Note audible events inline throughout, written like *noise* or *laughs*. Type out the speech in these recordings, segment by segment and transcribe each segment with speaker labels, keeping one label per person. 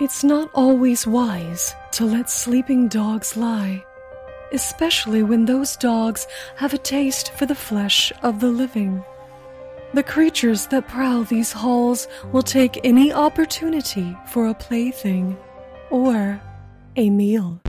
Speaker 1: It's not always wise to let sleeping dogs lie, especially when those dogs have a taste for the flesh of the living. The creatures that prowl these halls will take any opportunity for a plaything or a meal.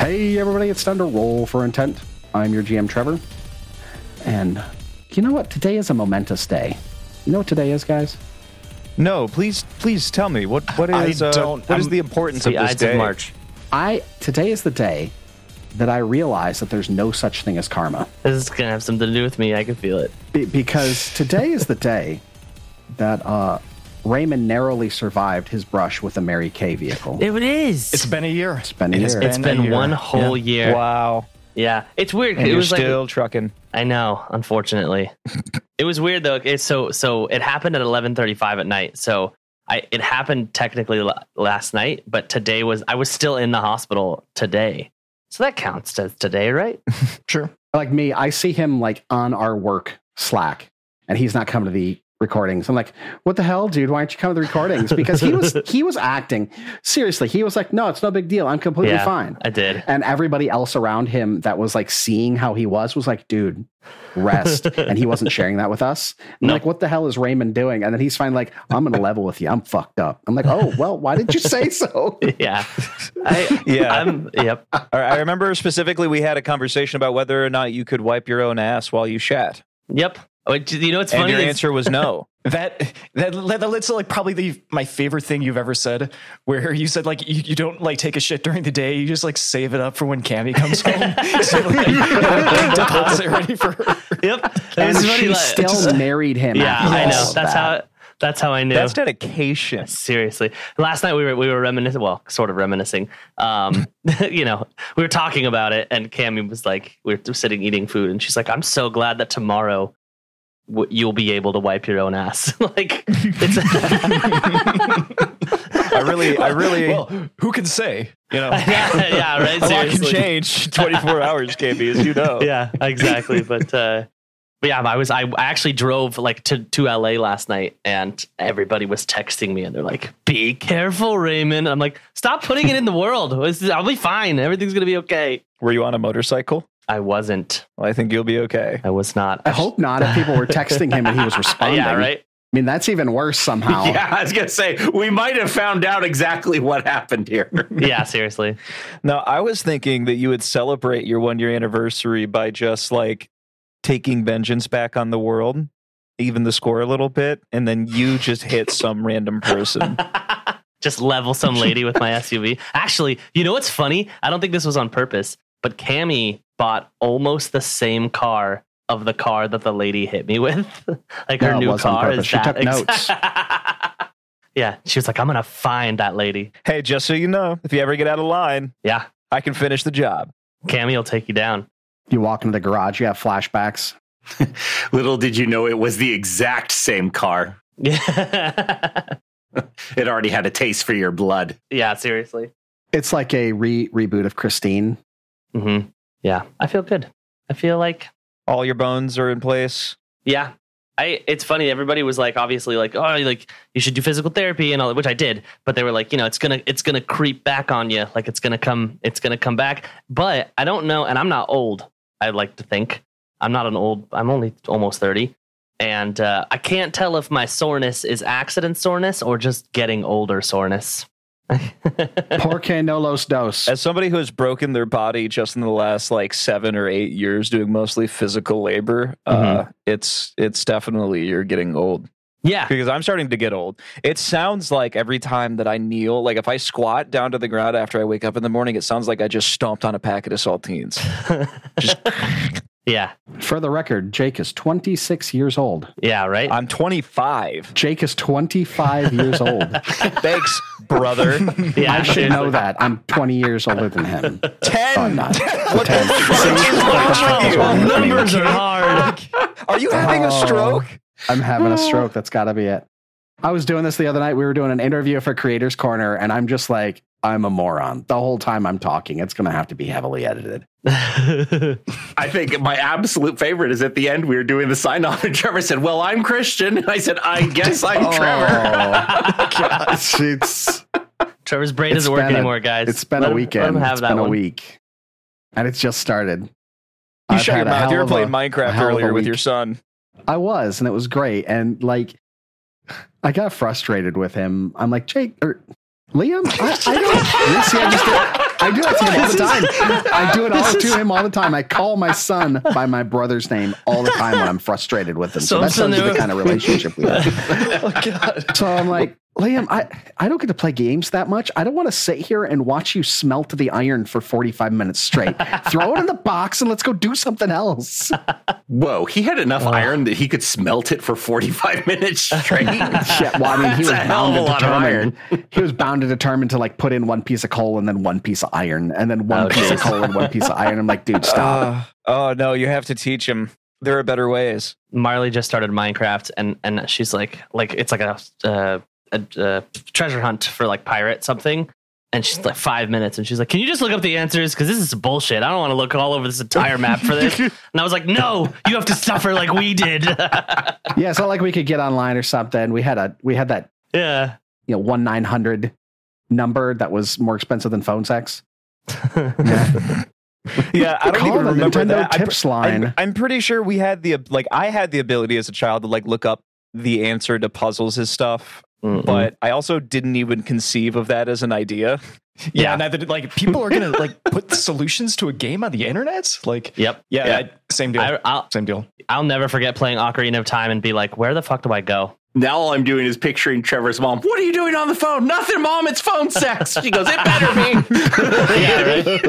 Speaker 2: Hey, everybody, it's time to roll for intent. I'm your GM, Trevor. And you know what? Today is a momentous day. You know what today is, guys?
Speaker 3: No, please, please tell me what what
Speaker 4: I
Speaker 3: is uh,
Speaker 4: don't-
Speaker 3: what is
Speaker 4: I'm-
Speaker 3: the importance
Speaker 5: the
Speaker 3: of this
Speaker 5: Ides
Speaker 3: day?
Speaker 5: of March.
Speaker 2: I today is the day that I realize that there's no such thing as karma.
Speaker 5: This is gonna have something to do with me. I can feel it.
Speaker 2: Be- because today
Speaker 5: *laughs*
Speaker 2: is the day that uh, Raymond narrowly survived his brush with a Mary Kay vehicle.
Speaker 5: It is.
Speaker 4: It's been a year.
Speaker 2: It's been a
Speaker 4: It has
Speaker 2: year.
Speaker 5: It's been
Speaker 4: a year.
Speaker 5: one whole
Speaker 4: Yeah.
Speaker 5: year.
Speaker 3: Wow,
Speaker 5: Yeah, it's weird. 'cause
Speaker 3: and
Speaker 5: it
Speaker 3: you're
Speaker 5: was like
Speaker 3: still trucking.
Speaker 5: I know,
Speaker 3: *laughs*
Speaker 5: unfortunately. it was weird though. It's so so it happened at 11:35 at night. So I it happened technically la- last night, but today was I was still in the hospital today. So that counts as today, right?
Speaker 4: Sure.
Speaker 2: like me, I see him like on our work Slack, and he's not coming to the recordings. I'm like, what the hell, dude? Why aren't you coming to the recordings? Because he was he was acting seriously. He was like, no, it's no big deal. I'm completely
Speaker 5: Yeah.
Speaker 2: fine.
Speaker 5: I did. *laughs*
Speaker 2: And everybody else around him that was like seeing how he was was like, dude, rest. and he wasn't sharing that with us. I'm
Speaker 5: *laughs* No.
Speaker 2: like, what the hell is Raymond doing? And then he's fine, like, I'm gonna level with you. I'm fucked up. I'm like, oh well, why did you say so?
Speaker 5: Yeah. I
Speaker 3: *laughs* Yeah.
Speaker 5: I'm yep.
Speaker 3: All right, I remember specifically we had a conversation about whether or not you could wipe your own ass while you shat,
Speaker 5: Yep. Oh, do You know what's
Speaker 3: and
Speaker 5: funny?
Speaker 3: your
Speaker 5: is-
Speaker 3: answer was *laughs* no.
Speaker 4: That that that's like probably the my favorite thing you've ever said. Where you said like you, you don't like take a shit during the day. You just like save it up for when Cammy comes home. *laughs* so like, you have a big deposit ready for her.
Speaker 3: *laughs*
Speaker 5: Yep.
Speaker 2: And
Speaker 5: It's funny,
Speaker 2: she
Speaker 5: like-
Speaker 2: still married him.
Speaker 5: Yeah,
Speaker 2: after
Speaker 5: I
Speaker 2: all
Speaker 5: know.
Speaker 2: of
Speaker 5: That's
Speaker 2: that.
Speaker 5: how that's how I
Speaker 3: *laughs*
Speaker 5: knew.
Speaker 3: That's dedication.
Speaker 5: Seriously, last night we were we were reminiscing, well, sort of reminiscing. Um, *laughs* you know, we were talking about it, and Cammy was like, we were sitting eating food, and she's like, "I'm so glad that tomorrow w- you'll be able to wipe your own ass." *laughs* like,
Speaker 3: *laughs*
Speaker 5: it's *laughs*
Speaker 3: I really, I really.
Speaker 4: *laughs* Well, who can say? You know,
Speaker 5: yeah, yeah, right.
Speaker 3: a lot can
Speaker 5: Seriously.
Speaker 3: *laughs* change. Twenty four hours can be, *laughs* as you know.
Speaker 5: *laughs* yeah, exactly. but uh, but yeah, I was I I actually drove like to to LA last night, and everybody was texting me, and they're like, "Be careful, Raymond." I'm like, "Stop putting it in the world. This is- I'll be fine. Everything's gonna be okay."
Speaker 3: Were you on a motorcycle?
Speaker 5: I wasn't.
Speaker 3: Well, I think you'll be okay.
Speaker 5: I was not. Uh,
Speaker 2: I hope not. If people were texting him and
Speaker 3: *laughs*
Speaker 2: he was responding,
Speaker 5: yeah, right.
Speaker 2: I mean, that's even worse somehow.
Speaker 6: *laughs* Yeah, I was gonna say we might have found out exactly what happened here.
Speaker 5: Yeah, seriously.
Speaker 3: Now, I was thinking that you would celebrate your one year anniversary by just like taking vengeance back on the world, even the score a little bit, and then you just hit some random
Speaker 5: *laughs*
Speaker 3: person.
Speaker 5: Just level some lady with my SUV. Actually, you know what's funny? I don't think this was on purpose, but Cammy bought almost the same car of the car that the lady hit me with. *laughs* like her
Speaker 2: No, it
Speaker 5: new
Speaker 2: was on
Speaker 5: car
Speaker 2: purpose.
Speaker 5: is
Speaker 2: She
Speaker 5: that
Speaker 2: took notes.
Speaker 5: *laughs* yeah, she was like, "I'm gonna find that lady."
Speaker 3: hey, just so you know, if you ever get out of line,
Speaker 5: Yeah,
Speaker 3: I can finish the job.
Speaker 5: Cammy will take you down. *laughs*
Speaker 2: You walk into the garage, you have flashbacks.
Speaker 6: Little did you know it was the exact same car.
Speaker 5: Yeah,
Speaker 6: It already had a taste for your blood.
Speaker 5: yeah, seriously.
Speaker 2: It's like a re reboot of
Speaker 3: *laughs*
Speaker 2: Christine.
Speaker 5: hmm Yeah, I feel good. I feel like
Speaker 3: All your bones are in place.
Speaker 5: Yeah. I, it's funny. Everybody was like, obviously, like, oh, like you should do physical therapy and all, that," which I did. But they were like, you know, it's gonna, it's gonna creep back on you. Like it's gonna come, it's gonna come back. But I don't know, and I'm not old. I like to think I'm not an old. I'm only almost thirty, and uh, I can't tell if my soreness is accident soreness or just getting older soreness.
Speaker 2: Porque no los dos.
Speaker 3: As somebody who has broken their body just in the last like seven or eight years doing mostly physical labor, uh, it's it's definitely you're getting old.
Speaker 5: yeah,
Speaker 3: because I'm starting to get old. It sounds like every time that I kneel, like if I squat down to the ground after I wake up in the morning, it sounds like I just stomped on a packet of saltines.
Speaker 2: *laughs*
Speaker 5: yeah,
Speaker 2: For the record, Jake is 26 years old.
Speaker 5: yeah. Right.
Speaker 3: I'm 25.
Speaker 2: Jake is 25 years
Speaker 3: *laughs*
Speaker 2: old.
Speaker 3: Thanks, brother.
Speaker 2: *laughs*
Speaker 5: yeah,
Speaker 2: I should
Speaker 5: seriously. *laughs*
Speaker 2: know that. I'm 20 years older than him. Oh, I'm
Speaker 3: *laughs* Ten.
Speaker 2: not.
Speaker 3: What the fuck is wrong
Speaker 5: Oh,
Speaker 3: with you?
Speaker 5: numbers are hard.
Speaker 3: Are you having a
Speaker 2: Oh.
Speaker 3: stroke? Oh.
Speaker 2: I'm having a stroke. That's got to be it. I was doing this the other night. We were doing an interview for Creators Corner, and I'm just like, I'm a moron. The whole time I'm talking, it's going to have to be heavily edited. *laughs*
Speaker 5: *laughs*
Speaker 6: I think my absolute favorite is at the end we were doing the sign off *laughs* and Trevor said, "Well, I'm Christian." *laughs* And I said, "I guess I'm *laughs* Trevor."
Speaker 5: Oh,
Speaker 2: *laughs* it's, it's,
Speaker 5: Trevor's brain
Speaker 2: It's
Speaker 5: doesn't work
Speaker 2: been a-
Speaker 5: anymore, guys.
Speaker 2: it's been
Speaker 5: Let
Speaker 2: a
Speaker 5: him- let
Speaker 2: weekend.
Speaker 5: him have
Speaker 2: it's
Speaker 5: that
Speaker 2: been a
Speaker 5: one.
Speaker 2: week. And it's just started.
Speaker 3: You
Speaker 2: I've
Speaker 3: shut your
Speaker 2: had a
Speaker 3: mouth.
Speaker 2: hell
Speaker 3: You were
Speaker 2: of a-
Speaker 3: playing
Speaker 2: a
Speaker 3: Minecraft
Speaker 2: hell of a
Speaker 3: earlier with
Speaker 2: week.
Speaker 3: your son.
Speaker 2: I was, and it was great. And like, I got frustrated with him. I'm like, Jake or Liam. I, I don't. You see, I just do it. I do it to him all the time. I do it all to him all the time. I call my son by my brother's name all the time when I'm frustrated with him. So,
Speaker 5: So-
Speaker 2: that
Speaker 5: so
Speaker 2: sounds like
Speaker 5: there-
Speaker 2: the kind of relationship we have.
Speaker 4: *laughs* Oh god.
Speaker 2: So I'm like, Liam, I, I don't get to play games that much. I don't want to sit here and watch you smelt the iron for 45 minutes straight. Throw it in the box and let's go do something else.
Speaker 6: Whoa, he had enough iron that he could smelt it for 45 *laughs* minutes straight.
Speaker 2: Yeah, well, I mean, he
Speaker 6: That's
Speaker 2: was
Speaker 6: a hell
Speaker 2: bound
Speaker 6: of
Speaker 2: to
Speaker 6: a lot of
Speaker 2: determine. *laughs* He was bound to determine to like put in one piece of coal and then one piece of iron and then one
Speaker 5: Oh,
Speaker 2: piece of
Speaker 5: geez.
Speaker 2: coal and one piece of iron. I'm like, dude, stop.
Speaker 3: Uh, oh no, you have to teach him. There are better ways.
Speaker 5: Marley just started Minecraft, and and she's like, like it's like a, uh, a, uh treasure hunt for like pirate something. And she's like five minutes, and she's like, "Can you just look up the answers? Because this is bullshit. I don't want to look all over this entire map for
Speaker 2: *laughs*
Speaker 5: this." And I was like, "No, you have to suffer like we did." *laughs*
Speaker 2: yeah, it's not like we could get online or something. We had a we had that
Speaker 5: yeah,
Speaker 2: you know one nine hundred number that was more expensive than phone sex.
Speaker 3: Yeah, I don't
Speaker 2: Call
Speaker 3: even
Speaker 2: the
Speaker 3: remember
Speaker 2: Nintendo
Speaker 3: that. I pr-
Speaker 2: tips line.
Speaker 3: I'm, I'm pretty sure we had the like I had the ability as a child to like look up the answer to puzzles and stuff, but I also didn't even conceive of that as an idea.
Speaker 4: *laughs* Yeah, neither did- like people are gonna like put solutions to a game on the internet. Like
Speaker 5: yep.
Speaker 4: yeah,
Speaker 3: Yeah.
Speaker 4: I- same deal.
Speaker 5: I, I'll
Speaker 4: same deal.
Speaker 5: I'll never forget playing Ocarina of Time and be like, "Where the fuck do I go?"
Speaker 6: Now all I'm doing is picturing Trevor's mom. What are you doing on the phone? Nothing, mom. It's phone sex. She goes, it better be.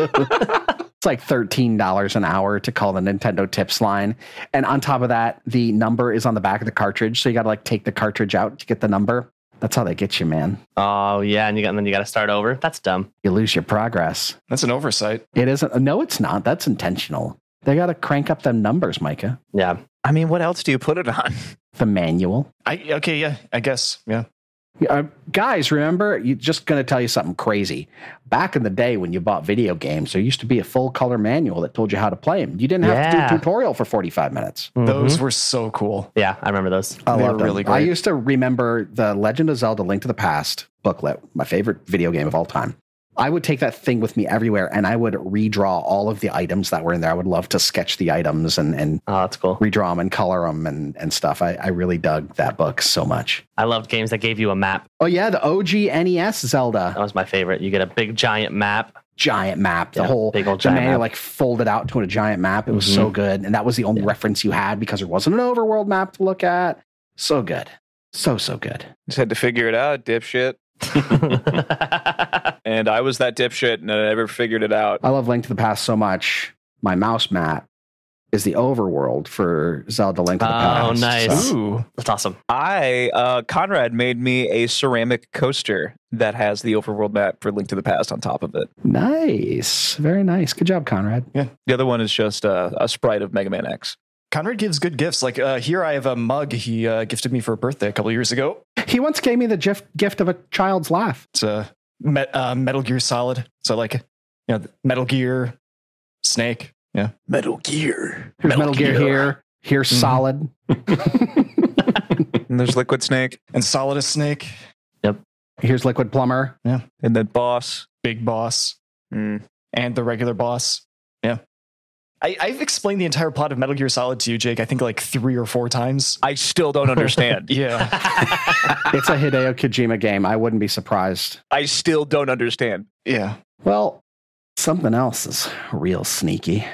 Speaker 2: It's like thirteen dollars an hour to call the Nintendo tips line, and on top of that, the number is on the back of the cartridge, so you got to like take the cartridge out to get the number. That's how they get you, man.
Speaker 5: *laughs* Oh yeah, and you got and then you got to start over. That's dumb.
Speaker 2: You lose your progress.
Speaker 4: That's an oversight.
Speaker 2: It isn't. No, it's not. That's intentional. They got to crank up them numbers, Micah.
Speaker 5: Yeah,
Speaker 3: I mean, what else do you put it on? *laughs*
Speaker 2: The manual.
Speaker 4: I okay, yeah, I guess. Yeah.
Speaker 2: Uh, guys, remember, you just going to tell you something crazy. Back in the day when you bought video games, there used to be a full color manual that told you how to play them. You didn't have to
Speaker 5: Yeah.
Speaker 2: do a tutorial for 45 minutes.
Speaker 6: Mm-hmm.
Speaker 4: Those were so cool.
Speaker 5: yeah, I remember those.
Speaker 2: I
Speaker 4: Mm,
Speaker 2: loved
Speaker 4: They were
Speaker 2: them.
Speaker 4: really
Speaker 2: I
Speaker 4: great.
Speaker 2: used to remember the Legend of Zelda Link to the Past booklet, my favorite video game of all time. I would take that thing with me everywhere and I would redraw all of the items that were in there. I would love to sketch the items and, and
Speaker 5: Oh, that's cool.
Speaker 2: redraw them and color them and, and stuff. I, I really dug that book so much.
Speaker 5: I loved games that gave you a map.
Speaker 2: Oh yeah, the OG NES E
Speaker 5: That
Speaker 2: Zelda
Speaker 5: was my favorite. You get a big giant map.
Speaker 2: giant map. The
Speaker 5: Yeah,
Speaker 2: whole
Speaker 5: big old
Speaker 2: the
Speaker 5: giant
Speaker 2: manual
Speaker 5: map. Mm-hmm.
Speaker 2: like folded out to a giant map. It was so good, and that was the only reference you had because there wasn't an overworld map to look at. So good, so so good.
Speaker 3: Just had to figure it out, dipshit. And I was that dipshit, and I never figured it out.
Speaker 2: I love Link to the Past so much. My mouse map is the overworld for Zelda Link to the
Speaker 5: Oh,
Speaker 2: Past.
Speaker 5: nice.
Speaker 2: So-
Speaker 4: Ooh.
Speaker 5: *laughs* That's
Speaker 3: *laughs*
Speaker 5: awesome.
Speaker 3: I uh, Conrad made me a ceramic coaster that has the overworld map for Link to the Past on top of it.
Speaker 2: nice, very nice. Good job, Conrad.
Speaker 3: The other one is just uh, a sprite of Mega Man X.
Speaker 4: Conrad gives good gifts. Like uh, here, I have a mug he uh, gifted me for a birthday a couple years ago.
Speaker 2: He once gave me the gif- gift of a child's laugh.
Speaker 4: It's a me- uh, Metal Gear Solid. So like, you know, Metal Gear, Snake. Yeah,
Speaker 3: Metal Gear.
Speaker 2: Here's Metal, Gear, here. Here's
Speaker 5: Mm-hmm.
Speaker 4: Mhm.
Speaker 2: Solid.
Speaker 3: And there's Liquid Snake,
Speaker 4: and Solid is Snake,
Speaker 2: Here's Liquid
Speaker 5: *laughs*
Speaker 2: Plumber.
Speaker 3: and then Boss.
Speaker 4: Big Boss,
Speaker 3: Mm.
Speaker 4: and the regular boss. Yeah, I- I've explained the entire plot of Metal Gear Solid to you, Jake. I think like three or four times.
Speaker 3: I still don't understand.
Speaker 4: *laughs* Yeah,
Speaker 2: It's a Hideo Kojima game. I wouldn't be surprised.
Speaker 3: I still don't understand.
Speaker 4: yeah.
Speaker 2: Well, something else is real sneaky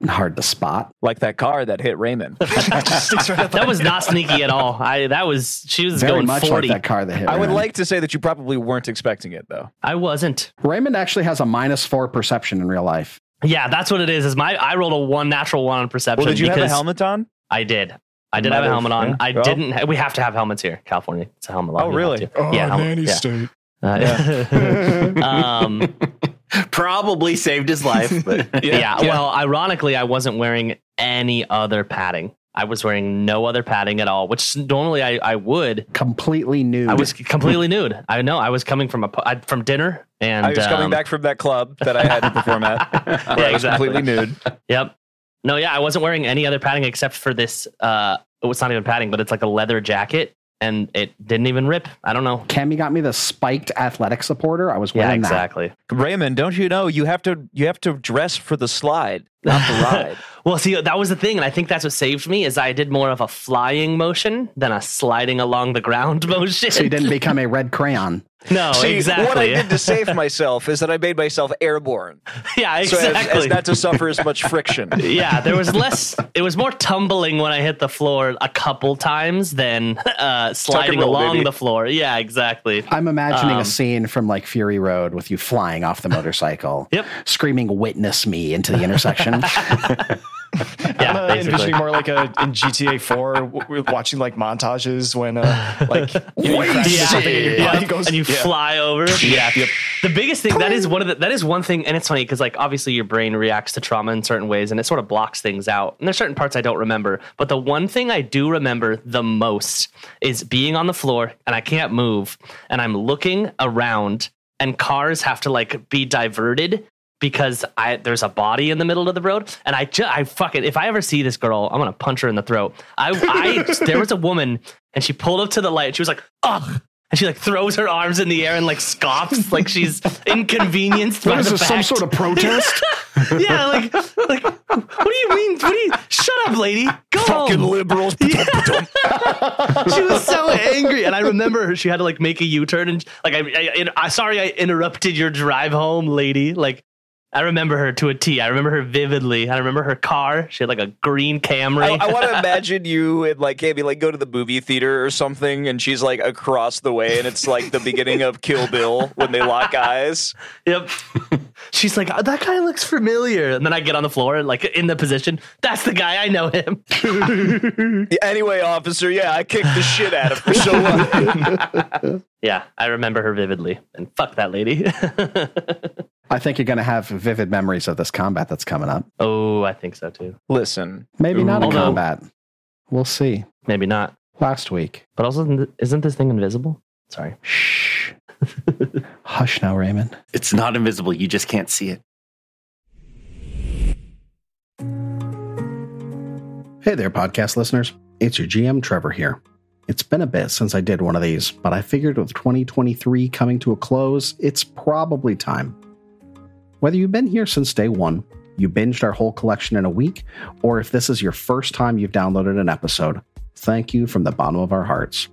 Speaker 2: and hard to spot.
Speaker 3: Like that car that hit Raymond. *laughs*
Speaker 4: It just sticks
Speaker 5: *laughs*
Speaker 4: right up.
Speaker 5: That was not sneaky at all. I that was she was
Speaker 2: Very
Speaker 5: going
Speaker 2: much
Speaker 5: forty.
Speaker 2: like that car that hit.
Speaker 3: I would
Speaker 2: Raymond.
Speaker 3: like to say that you probably weren't expecting it, though.
Speaker 5: I wasn't.
Speaker 2: Raymond actually has a minus four perception in real life.
Speaker 5: Yeah, that's what it is. Is my I rolled a one natural one on perception.
Speaker 3: Well, did you have a
Speaker 5: because
Speaker 3: helmet on?
Speaker 5: I did. I did
Speaker 3: Might
Speaker 5: have a
Speaker 3: have,
Speaker 5: helmet on.
Speaker 3: yeah.
Speaker 5: I
Speaker 3: Well.
Speaker 5: didn't. ha- We have to have helmets here, California. It's a helmet law.
Speaker 3: Oh,
Speaker 5: You have
Speaker 3: really?
Speaker 5: to. yeah, helmet- yeah.
Speaker 4: state.
Speaker 3: *laughs*
Speaker 5: Uh, um,
Speaker 6: *laughs* Probably saved his life. But *laughs*
Speaker 5: yeah, Well, ironically, I wasn't wearing any other padding. I was wearing no other padding at all, which normally I, I would.
Speaker 2: Completely nude.
Speaker 5: I was *laughs* completely nude. I know. I was coming from a pu- I, from dinner, and
Speaker 3: I Oh, was coming
Speaker 5: um,
Speaker 3: back from that club that I had to perform *laughs* at. Where I was
Speaker 5: exactly.
Speaker 3: completely nude.
Speaker 5: Yep. No, yeah, I wasn't wearing any other padding except for this. Uh, oh, it's not even padding, but it's like a leather jacket, and it didn't even rip. I don't know.
Speaker 2: Cammy got me the spiked athletic supporter. I was wearing
Speaker 5: Yeah,
Speaker 2: that.
Speaker 5: exactly.
Speaker 3: Raymond, don't you know you have to you have to dress for the slide, not *laughs* the ride.
Speaker 5: Well, see, that was the thing, and I think that's what saved me is I did more of a flying motion than a sliding along the ground *laughs* motion.
Speaker 2: So you didn't become a red crayon.
Speaker 3: *laughs*
Speaker 5: no,
Speaker 3: See,
Speaker 5: Oh, exactly.
Speaker 3: what I did to save myself is that I made myself airborne,
Speaker 5: *laughs* yeah,
Speaker 3: so as,
Speaker 5: exactly.
Speaker 3: as not to suffer as much
Speaker 5: *laughs*
Speaker 3: friction.
Speaker 5: yeah, there was less. It was more tumbling when I hit the floor a couple times than uh, sliding
Speaker 3: roll,
Speaker 5: along
Speaker 3: baby.
Speaker 5: the floor. Yeah, exactly.
Speaker 2: I'm imagining
Speaker 5: Um,
Speaker 2: a scene from like Fury Road with you flying off the motorcycle,
Speaker 5: *laughs* Yep.
Speaker 2: screaming "Witness me" into the
Speaker 5: *laughs*
Speaker 2: intersection.
Speaker 5: Yeah,
Speaker 4: I'm uh,
Speaker 5: basically.
Speaker 4: envisioning more like a in GTA 4 w- we're watching like montages when uh, like you know, you crash into
Speaker 5: Yeah.
Speaker 4: something and your
Speaker 5: Yeah.
Speaker 4: body goes
Speaker 5: and you
Speaker 4: yeah.
Speaker 5: fly over. Yeah. The biggest thing that is one of the that is one thing, and it's funny because like obviously your brain reacts to trauma in certain ways, and it sort of blocks things out. And there's certain parts I don't remember, but the one thing I do remember the most is being on the floor and I can't move, and I'm looking around, and cars have to like be diverted. Because I there's a body in the middle of the road, and I just I fucking if I ever see this girl, I'm gonna punch her in the throat. I,
Speaker 2: *laughs*
Speaker 5: I there was a woman, and she pulled up to the light. and She was like, "Ugh," and she like throws her arms in the air and like scoffs
Speaker 2: *laughs*
Speaker 5: like she's inconvenienced by
Speaker 2: what is
Speaker 5: the
Speaker 2: this? Some
Speaker 5: fact.
Speaker 2: sort of protest?
Speaker 5: yeah like like what do you mean what do you shut up lady go
Speaker 3: Fucking
Speaker 5: home *laughs*
Speaker 3: liberals.
Speaker 5: she was so angry and i remember her she had to like make a u-turn and like i, I, I sorry i interrupted your drive home lady like I remember her to a T. I remember her vividly. I remember her car. She had like a green
Speaker 3: Oh, I,
Speaker 5: Camry.
Speaker 3: want to imagine you and like maybe like go to the movie theater or something, and she's like across the way, and it's like the beginning of Kill Bill when they lock eyes.
Speaker 5: Yep.
Speaker 3: *laughs*
Speaker 5: She's like, "Oh, that guy looks familiar. And then I get on the floor, like in the position. That's the guy. I know him. *laughs*
Speaker 3: Yeah, Anyway, officer, yeah, I kicked the shit out of her. So uh, what?
Speaker 5: yeah, I remember her vividly. And fuck that lady. *laughs*
Speaker 2: I think you're going to have vivid memories of this combat that's coming up.
Speaker 5: oh, I think so too.
Speaker 3: *laughs* listen,
Speaker 2: Maybe not a
Speaker 5: Although-
Speaker 2: combat. We'll see.
Speaker 5: Maybe not.
Speaker 2: Last week.
Speaker 5: But also, isn't th- isn't this thing invisible? Sorry.
Speaker 2: Shh. Hush now, Raymond.
Speaker 6: It's not invisible. You just can't see it.
Speaker 2: Hey there, podcast listeners. It's your GM, Trevor, here. It's been a bit since I did one of these, but I figured with 2023 coming to a close, it's probably time. Whether you've been here since day one, you binged our whole collection in a week, or if this is your first time you've downloaded an episode, thank you from the bottom of our hearts.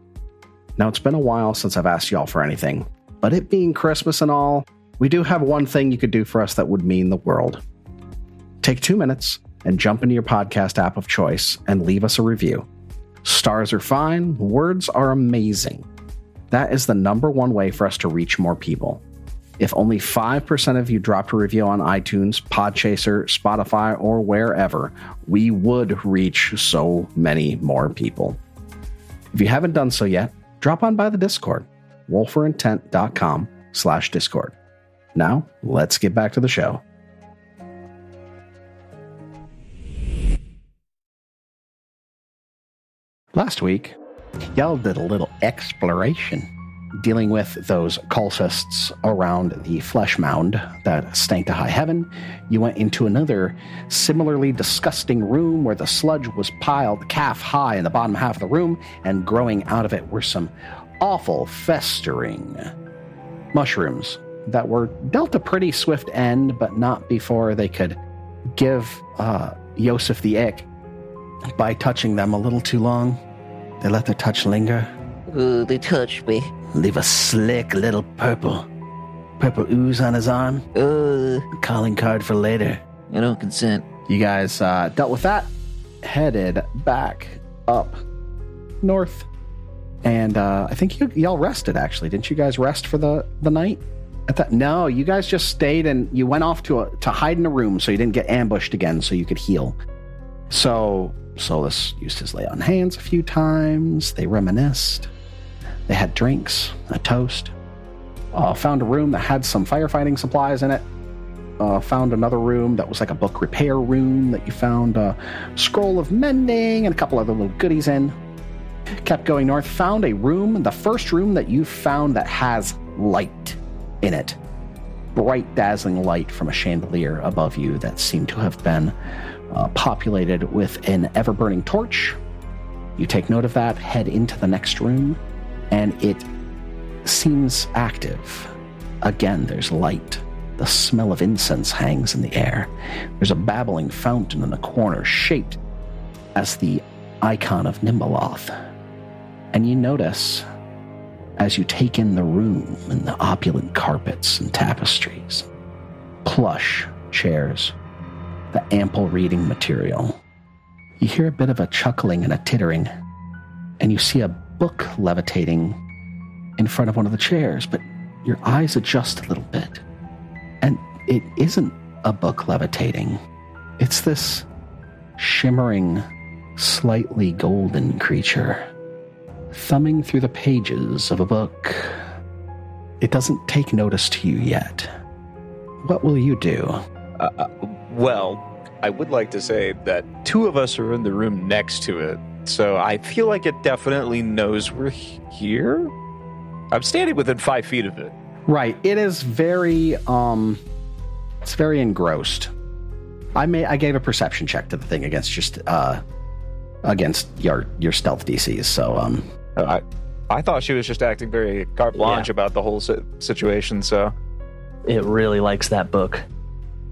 Speaker 2: Now, it's been a while since I've asked y'all for anything, but it being Christmas and all, we do have one thing you could do for us that would mean the world take two minutes and jump into your podcast app of choice and leave us a review. Stars are fine, words are amazing. That is the number one way for us to reach more people. If only 5% of you dropped a review on iTunes, Podchaser, Spotify, or wherever, we would reach so many more people. If you haven't done so yet, drop on by the Discord, wolferintent.com slash Discord. Now, let's get back to the show. Last week, y'all did a little exploration dealing with those cultists around the flesh mound that stank to high heaven. You went into another similarly disgusting room where the sludge was piled calf high in the bottom half of the room, and growing out of it were some awful festering mushrooms that were dealt a pretty swift end, but not before they could give uh, Yosef the ick by touching them a little too long. They let their touch linger,
Speaker 7: Ooh, they touched me.
Speaker 2: leave a slick little purple, purple ooze on his arm.
Speaker 7: Ooh,
Speaker 2: Calling card for later.
Speaker 7: Uh, I don't consent.
Speaker 2: You guys uh, dealt with that, headed back up north, and uh, I think you y'all rested. Actually, didn't you guys rest for the the night? At that, no, you guys just stayed and you went off to a, to hide in a room so you didn't get ambushed again, so you could heal. So Solus used his lay on hands a few times. They reminisced. They had drinks, a toast. Uh, found a room that had some firefighting supplies in it uh, found another room that was like a book repair room that you found a scroll of mending and a couple other little goodies in. Kept going north, found a room, the first room that you found that has light in it. Bright, dazzling light from a chandelier above you that seemed to have been uh, populated with an ever burning torch. You take note of that, head into the next room, and it seems active. Again, there's light. The smell of incense hangs in the air. There's a babbling fountain in the corner, shaped as the icon of Nimbaloth. And you notice, as you take in the room and the opulent carpets and tapestries, plush chairs, the ample reading material, you hear a bit of a chuckling and a tittering, and you see a book levitating in front of one of the chairs, but your eyes adjust a little bit. And it isn't a book levitating, it's this shimmering, slightly golden creature thumbing through the pages of a book. It doesn't take notice to you yet. What will you do?
Speaker 3: Uh, uh, well, I would like to say that two of us are in the room next to it, so I feel like it definitely knows we're he- here. I'm standing within five feet of it.
Speaker 2: Right. It is very um it's very engrossed. I may I gave a perception check to the thing against just uh against your your stealth DCs, so um
Speaker 3: I, I thought she was just acting very carte blanche about the whole si- situation. So
Speaker 5: It really likes that book.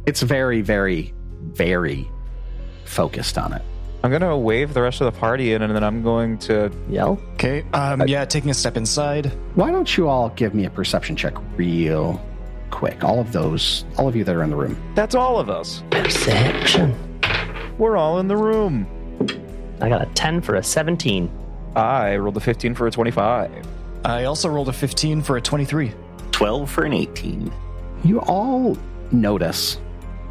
Speaker 2: it's very, very, very focused on it.
Speaker 3: I'm gonna wave the rest of the party in, and then I'm going to.
Speaker 5: Yell?
Speaker 4: *laughs* Okay. Um, yeah, taking a step inside.
Speaker 2: Why don't you all give me a perception check real quick? All of those all of you that are in the room.
Speaker 3: That's all of us.
Speaker 7: Perception.
Speaker 3: We're all in the room.
Speaker 5: I got a 10 for a 17.
Speaker 3: I rolled a 15 for a 25.
Speaker 4: I also rolled a 15 for a 23.
Speaker 6: 12 for an 18.
Speaker 2: You all notice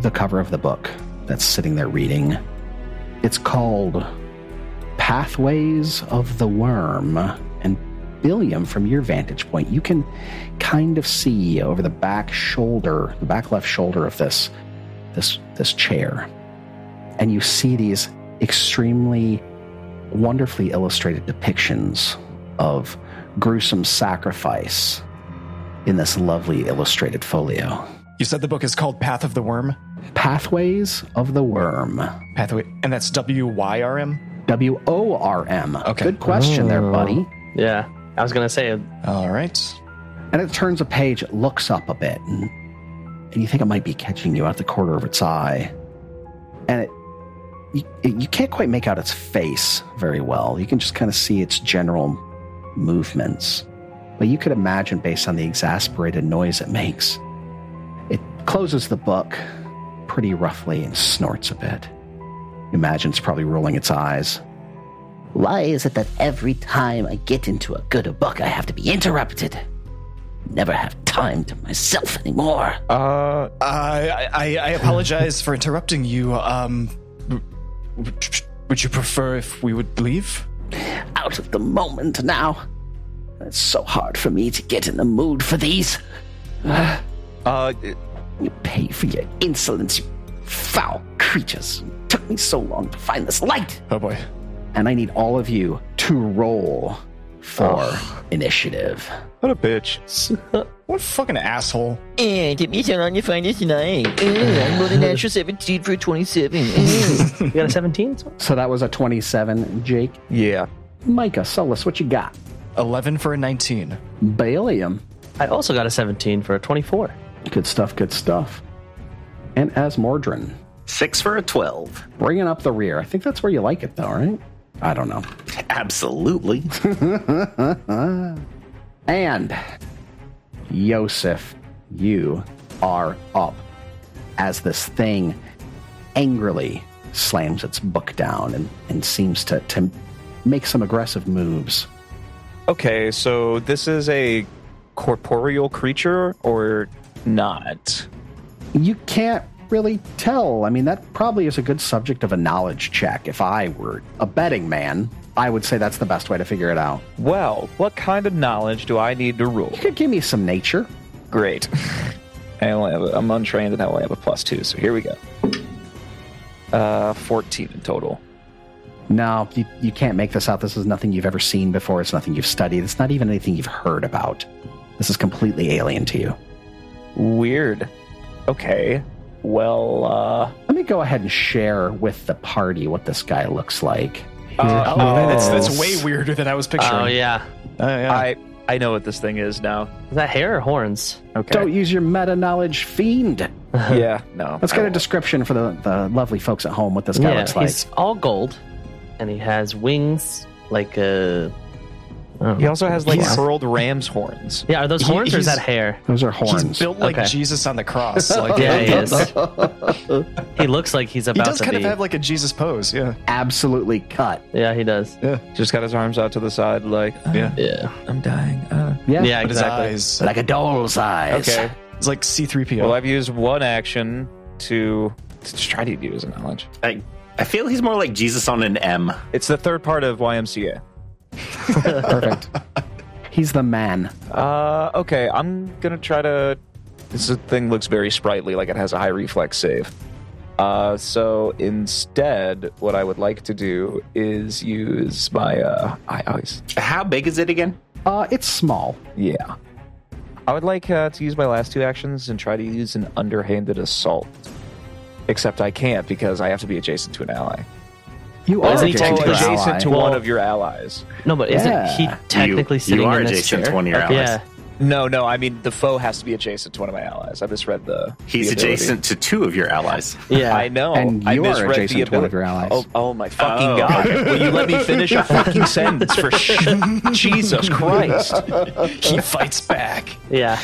Speaker 2: the cover of the book that's sitting there reading. It's called Pathways of the Worm. And Billiam, from your vantage point, you can kind of see over the back shoulder, the back left shoulder of this this this chair. And you see these extremely wonderfully illustrated depictions of gruesome sacrifice in this lovely illustrated folio.
Speaker 4: You said the book is called Path of the Worm?
Speaker 2: Pathways of the Worm.
Speaker 4: Pathway. And that's W Y R M?
Speaker 2: W O R M.
Speaker 4: Okay.
Speaker 2: Good question there, buddy.
Speaker 5: Yeah. I was going to say,
Speaker 4: All right.
Speaker 2: And it turns a page, it looks up a bit, and, and you think it might be catching you out the corner of its eye. And it you, it, you can't quite make out its face very well. You can just kind of see its general movements. But you could imagine, based on the exasperated noise it makes, it closes the book pretty roughly and snorts a bit. Imagine it's probably rolling its eyes.
Speaker 7: Why is it that every time I get into a good book, I have to be interrupted? Never have time to myself anymore.
Speaker 3: Uh,
Speaker 4: Uh, I, I, I apologize for interrupting you. Um, would you prefer if we would leave?
Speaker 7: Out of the moment now. It's so hard for me to get in the mood for these.
Speaker 3: uh,
Speaker 7: You pay for your insolence, you foul creatures. It took me so long to find this light.
Speaker 4: Oh boy.
Speaker 2: and I need all of you to roll for initiative.
Speaker 3: what a bitch.
Speaker 4: What a fucking asshole.
Speaker 7: Eh, get me down on your finest tonight. Eh, I'm *laughs* rolling natural 17 for 27. Eh.
Speaker 5: you got a 17?
Speaker 2: So that was a 27, Jake.
Speaker 3: Yeah.
Speaker 2: Micah, Solus, what you got?
Speaker 4: 11 for a 19.
Speaker 2: Balium.
Speaker 5: I also got a 17 for a 24.
Speaker 2: Good stuff, good stuff. And Asmordran,
Speaker 6: 6 for a 12.
Speaker 2: bringing up the rear. I think that's where you like it, though, right? I don't know.
Speaker 6: Absolutely.
Speaker 2: And Yosef, you are up as this thing angrily slams its book down and, and seems to, to make some aggressive moves.
Speaker 3: Okay, so this is a corporeal creature or not?
Speaker 2: you can't really tell. I mean, that probably is a good subject of a knowledge check. If I were a betting man, I would say that's the best way to figure it out.
Speaker 3: Well, what kind of knowledge do I need to rule?
Speaker 2: You could give me some nature.
Speaker 3: Great. *laughs* I only have. A, I'm untrained, and I only have a plus two. So here we go. Uh, fourteen in total.
Speaker 2: No, you, you can't make this out. This is nothing you've ever seen before. It's nothing you've studied. It's not even anything you've heard about. This is completely alien to you.
Speaker 3: Weird. Okay. Well, uh,
Speaker 2: Let me go ahead and share with the party what this guy looks like.
Speaker 3: uh,
Speaker 4: Oh, that's that's way weirder than I was picturing.
Speaker 5: Oh yeah,
Speaker 4: Oh, yeah.
Speaker 3: I I know what this thing is now.
Speaker 5: is that hair or horns?
Speaker 3: Okay. *laughs*
Speaker 2: Don't use your meta knowledge, fiend.
Speaker 3: yeah. No.
Speaker 2: Let's
Speaker 3: I
Speaker 2: get a
Speaker 3: won't.
Speaker 2: description for the, the lovely folks at home what this guy looks like.
Speaker 5: he's all gold, and he has wings like uh, a.
Speaker 3: He also has like *laughs*
Speaker 4: He's-
Speaker 3: curled ram's horns.
Speaker 5: Yeah, are those
Speaker 4: He-
Speaker 5: horns or is
Speaker 4: he's-
Speaker 5: that hair?
Speaker 2: Those are
Speaker 4: He's
Speaker 2: horns.
Speaker 4: built like
Speaker 5: Okay.
Speaker 4: Jesus on the
Speaker 5: *laughs*
Speaker 4: cross. Like
Speaker 5: Yeah, he
Speaker 4: *laughs*
Speaker 5: is. he looks like he's
Speaker 4: He
Speaker 5: about
Speaker 4: does
Speaker 5: to
Speaker 4: kind
Speaker 5: be.
Speaker 4: of have like a Jesus pose, yeah.
Speaker 2: absolutely cut.
Speaker 5: yeah, he does.
Speaker 3: Just got his arms out to the side, like "Uh,
Speaker 4: Yeah.
Speaker 5: Yeah,
Speaker 3: I'm dying. Uh.
Speaker 2: Yeah.
Speaker 5: yeah,
Speaker 4: But his
Speaker 5: exactly.
Speaker 4: eyes,
Speaker 2: Like a doll's eyes.
Speaker 3: Okay.
Speaker 4: it's like C3PO. *laughs*
Speaker 3: Well, I've used one action to, to just try to use a knowledge.
Speaker 6: I, I feel he's more like Jesus on an M.
Speaker 3: It's the third part of YMCA.
Speaker 2: Perfect. He's the man.
Speaker 3: Uh, okay, I'm gonna try to. This thing looks very sprightly, like it has a high reflex save. Uh, so instead, what I would like to do is use my. Uh, I always.
Speaker 6: How big is it again?
Speaker 2: Uh, it's small.
Speaker 3: Yeah. I would like uh, to use my last two actions and try to use an underhanded assault. Except I can't because I have to be adjacent to an ally.
Speaker 2: You
Speaker 5: Well,
Speaker 2: are
Speaker 5: isn't he
Speaker 2: adjacent,
Speaker 5: technically
Speaker 2: to, an
Speaker 3: adjacent
Speaker 2: ally.
Speaker 3: to
Speaker 5: Well-
Speaker 3: one of your allies.
Speaker 5: No, but
Speaker 2: Yeah.
Speaker 5: isn't he
Speaker 2: You-
Speaker 5: technically
Speaker 6: you
Speaker 5: sitting
Speaker 6: are
Speaker 5: in this
Speaker 6: adjacent to
Speaker 5: chair?
Speaker 6: one of your
Speaker 5: Okay.
Speaker 6: allies.
Speaker 5: Yeah,
Speaker 3: No, no. I mean, the foe has to be adjacent to one of my allies. I misread the.
Speaker 6: He's
Speaker 3: the ability.
Speaker 6: adjacent to two of your allies.
Speaker 5: yeah.
Speaker 3: I know.
Speaker 2: And
Speaker 3: I
Speaker 2: you are
Speaker 3: misread
Speaker 2: adjacent
Speaker 3: the
Speaker 2: to one of
Speaker 3: ability.
Speaker 2: your allies.
Speaker 3: Oh, oh my fucking
Speaker 6: Oh.
Speaker 3: god! Will you let me finish a *laughs* fucking sentence for sh- Jesus Christ?
Speaker 4: he fights back.
Speaker 2: *laughs*
Speaker 5: yeah.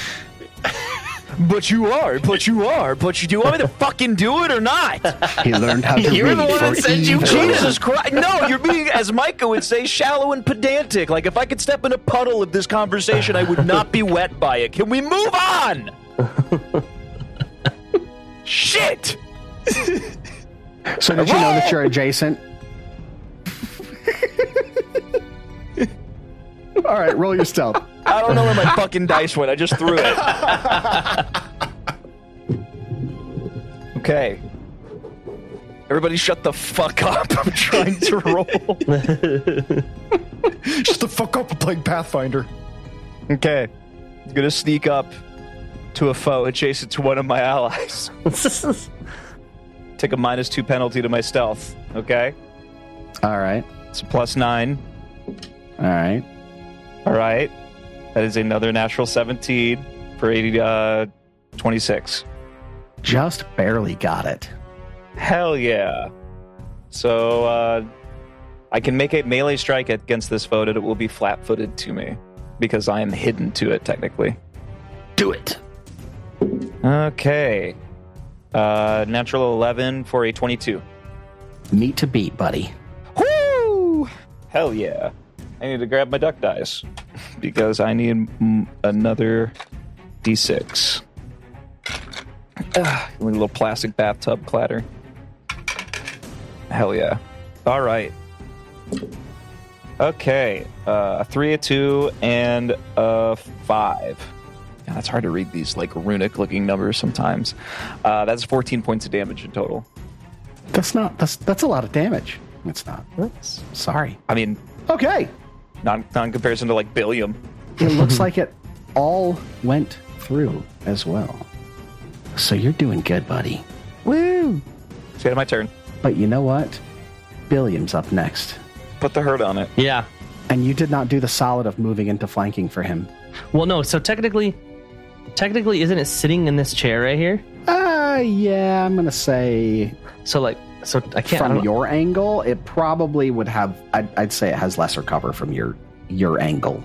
Speaker 3: But you are. But you are. But you do you want me to fucking do it or not?
Speaker 2: He learned how to
Speaker 6: You're
Speaker 2: read
Speaker 6: the one
Speaker 2: for
Speaker 6: that said you
Speaker 2: evil.
Speaker 3: Jesus Christ! No, you're being, as Micah would say, shallow and pedantic. Like if I could step in a puddle of this conversation, I would not be wet by it. Can we move on? Shit!
Speaker 2: So did you know that you're adjacent? All right, roll your stealth.
Speaker 3: I don't know where my fucking dice went. I just threw it. okay. Everybody shut the fuck up. *laughs* I'm trying to roll.
Speaker 4: *laughs* Shut the fuck up, I'm playing Pathfinder.
Speaker 3: Okay. I'm going to sneak up to a foe adjacent to one of my allies. Take a minus two penalty to my stealth. Okay.
Speaker 2: All right.
Speaker 3: It's a plus nine.
Speaker 2: All right.
Speaker 3: All right. That is another natural 17 for 80, uh, 26.
Speaker 2: Just barely got it.
Speaker 3: Hell yeah. So uh, I can make a melee strike against this foe, and it will be flat footed to me because I am hidden to it technically.
Speaker 7: Do it.
Speaker 3: Okay. Uh, natural 11 for a 22.
Speaker 2: Meat to beat, buddy.
Speaker 3: Woo! Hell yeah. I need to grab my duck dice *laughs* because I need mm, another d6. Ah, a little plastic bathtub clatter. Hell yeah. All right. Okay. Uh, a three, a two, and a five. Yeah, that's hard to read these like runic looking numbers sometimes. Uh, that's 14 points of damage in total.
Speaker 2: That's not. That's that's a lot of damage. It's not. Sorry.
Speaker 3: I mean,
Speaker 2: Okay.
Speaker 3: non, non comparison to like Billiam.
Speaker 2: It looks like it all went through as well. So you're doing good, buddy. Woo!
Speaker 3: It's the end of my turn.
Speaker 2: But you know what? Billiam's up next.
Speaker 3: Put the hurt on it.
Speaker 5: Yeah.
Speaker 2: And you did not do the solid of moving into flanking for him.
Speaker 5: Well, no. So technically, technically, isn't it sitting in this chair right here?
Speaker 2: Uh, yeah, I'm gonna say
Speaker 5: So like, so I can't. I
Speaker 2: from
Speaker 5: don't-
Speaker 2: your angle, it probably would have. I'd, I'd say it has lesser cover from your your angle,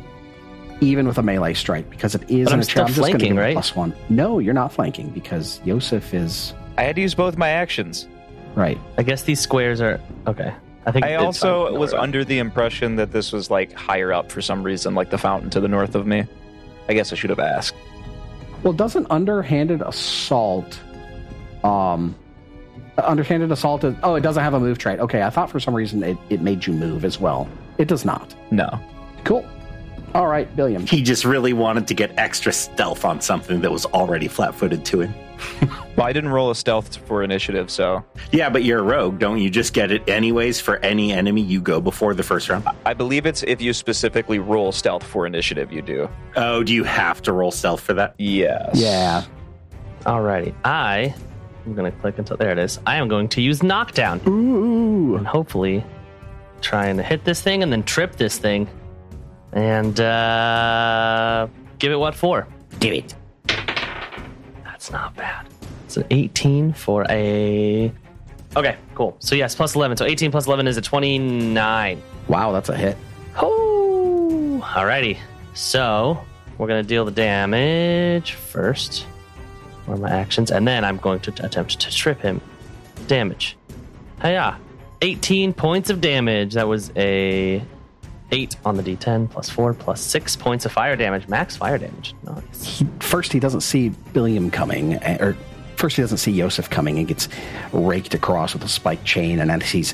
Speaker 2: even with a melee strike, because it is
Speaker 5: But
Speaker 2: in
Speaker 5: I'm
Speaker 2: a
Speaker 5: still
Speaker 2: trap. just gonna
Speaker 5: flanking,
Speaker 2: give it a
Speaker 5: right?
Speaker 2: Plus one. No, you're not flanking because Yosef is
Speaker 3: I had to use both my actions.
Speaker 2: right.
Speaker 5: I guess these squares are okay. I think
Speaker 3: I
Speaker 5: it's-
Speaker 3: also
Speaker 5: no,
Speaker 3: was
Speaker 5: right.
Speaker 3: under the impression that this was like higher up for some reason, like the fountain to the north of me. I guess I should have asked.
Speaker 2: Well, doesn't underhanded assault, um, underhanded assault is. Oh, it doesn't have a move trait. Okay, I thought for some reason it, it made you move as well. It does not.
Speaker 3: No.
Speaker 2: Cool. All right, Billiam.
Speaker 6: He just really wanted to get extra stealth on something that was already flat footed to him.
Speaker 3: Well, I didn't roll a stealth for initiative, so
Speaker 6: Yeah, but you're a rogue. Don't you just get it anyways for any enemy you go before the first round?
Speaker 3: I believe it's if you specifically roll stealth for initiative, you do.
Speaker 6: Oh, do you have to roll stealth for that?
Speaker 3: Yes.
Speaker 2: Yeah.
Speaker 5: Alrighty. I I'm gonna click until there it is. I am going to use knockdown.
Speaker 2: Ooh.
Speaker 5: and hopefully try and hit this thing and then trip this thing and uh, give it what for.
Speaker 7: Do it.
Speaker 5: That's not bad. It's an 18 for a. Okay, cool. So yes, plus 11. So 18 plus 11 is a 29.
Speaker 2: Wow, that's a hit.
Speaker 5: Oh, alrighty. So we're gonna deal the damage first. Where are my actions? And then I'm going to t- attempt to trip him. Damage. Hiya. 18 points of damage. That was a eight on the D10 plus four plus six points of fire damage. Max fire damage. Nice.
Speaker 2: First, he doesn't see Billiam coming, eh, or first he doesn't see Yosef coming, and gets raked across with a spike chain. And as he's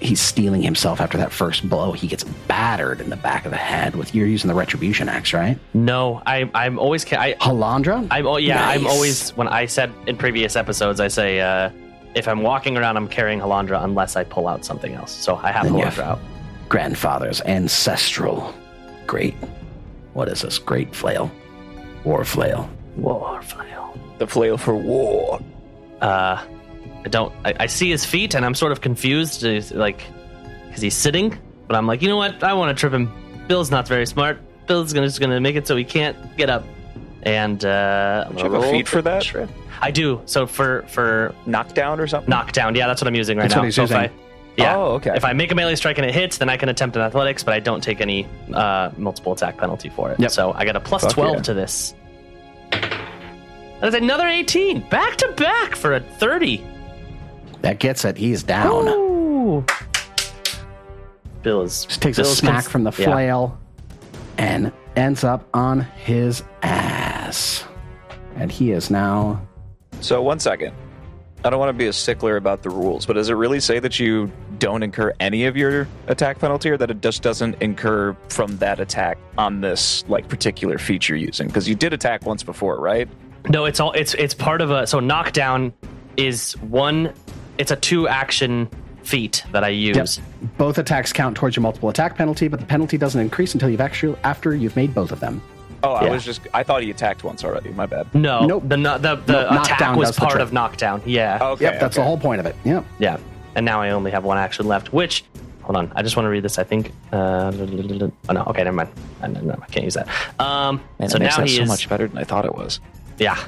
Speaker 2: he's stealing himself after that first blow, he gets battered in the back of the head. With you're using the retribution axe, right?
Speaker 5: No, I, I'm always. Ca- I,
Speaker 2: Halandra.
Speaker 5: I'm oh yeah, I'm
Speaker 2: Nice.
Speaker 5: always when I said in previous episodes I say uh, if I'm walking around I'm carrying Halandra unless I pull out something else. So I have
Speaker 2: Then you
Speaker 5: Halandra
Speaker 2: have-
Speaker 5: out.
Speaker 2: grandfather's ancestral great what is this great flail war flail
Speaker 5: War flail.
Speaker 3: The flail for war.
Speaker 5: Uh I don't I, I see his feet and I'm sort of confused is- like cuz he's sitting, but I'm like, "You know what? I want to trip him. Bill's not very smart. Bill's going to just going to make it so he can't get up." And uh I'm
Speaker 3: Do you
Speaker 5: gonna
Speaker 3: have a
Speaker 5: roll
Speaker 3: feat for that?
Speaker 5: I do. So for for
Speaker 3: Knockdown or something?
Speaker 5: knockdown. Yeah, that's what I'm using right
Speaker 2: That's
Speaker 5: now.
Speaker 2: what he's
Speaker 5: so if
Speaker 2: using.
Speaker 5: I, yeah.
Speaker 3: Oh, okay.
Speaker 5: If I make a melee strike and it hits, then I can attempt an athletics, but I don't take any uh, multiple attack penalty for it.
Speaker 2: Yep.
Speaker 5: So I got a plus
Speaker 3: Fuck
Speaker 5: 12
Speaker 3: yeah.
Speaker 5: to this. That's another 18. Back to back for a 30.
Speaker 2: that gets it he's down *laughs*
Speaker 5: *gasps* Ooh. Bill is.
Speaker 2: just takes a
Speaker 5: Bill's
Speaker 2: smack
Speaker 5: cons-
Speaker 2: from the
Speaker 5: yeah.
Speaker 2: flail and ends up on his ass and he is now
Speaker 3: So one second. I don't want to be a stickler about the rules, but does it really say that you don't incur any of your attack penalty or that it just doesn't incur from that attack on this like particular feature using? Because you did attack once before, right?
Speaker 5: No, it's all it's it's part of a so knockdown is one. It's a two action feat that I use.
Speaker 2: both attacks count towards your multiple attack penalty but the penalty doesn't increase until you've actually after you've made both of them
Speaker 3: Oh, I
Speaker 2: Yeah.
Speaker 3: was just I thought he attacked once already. My bad.
Speaker 5: No,
Speaker 2: Nope.
Speaker 5: the no- the, the
Speaker 2: Nope,
Speaker 5: attack
Speaker 2: knockdown
Speaker 5: was
Speaker 2: does the
Speaker 5: part
Speaker 2: trick.
Speaker 5: of knockdown. Yeah,
Speaker 3: Okay.
Speaker 2: yep that's
Speaker 3: okay.
Speaker 2: the whole point of it yep
Speaker 5: yeah. And now I only have one action left. Which, hold on, I just want to read this. I think. Uh, oh no, okay, never mind. Uh, No, no, I can't use that. Um,
Speaker 3: Man,
Speaker 5: so
Speaker 3: it makes
Speaker 5: now
Speaker 3: that
Speaker 5: he
Speaker 3: so
Speaker 5: is.
Speaker 3: much better than I thought it was.
Speaker 5: yeah,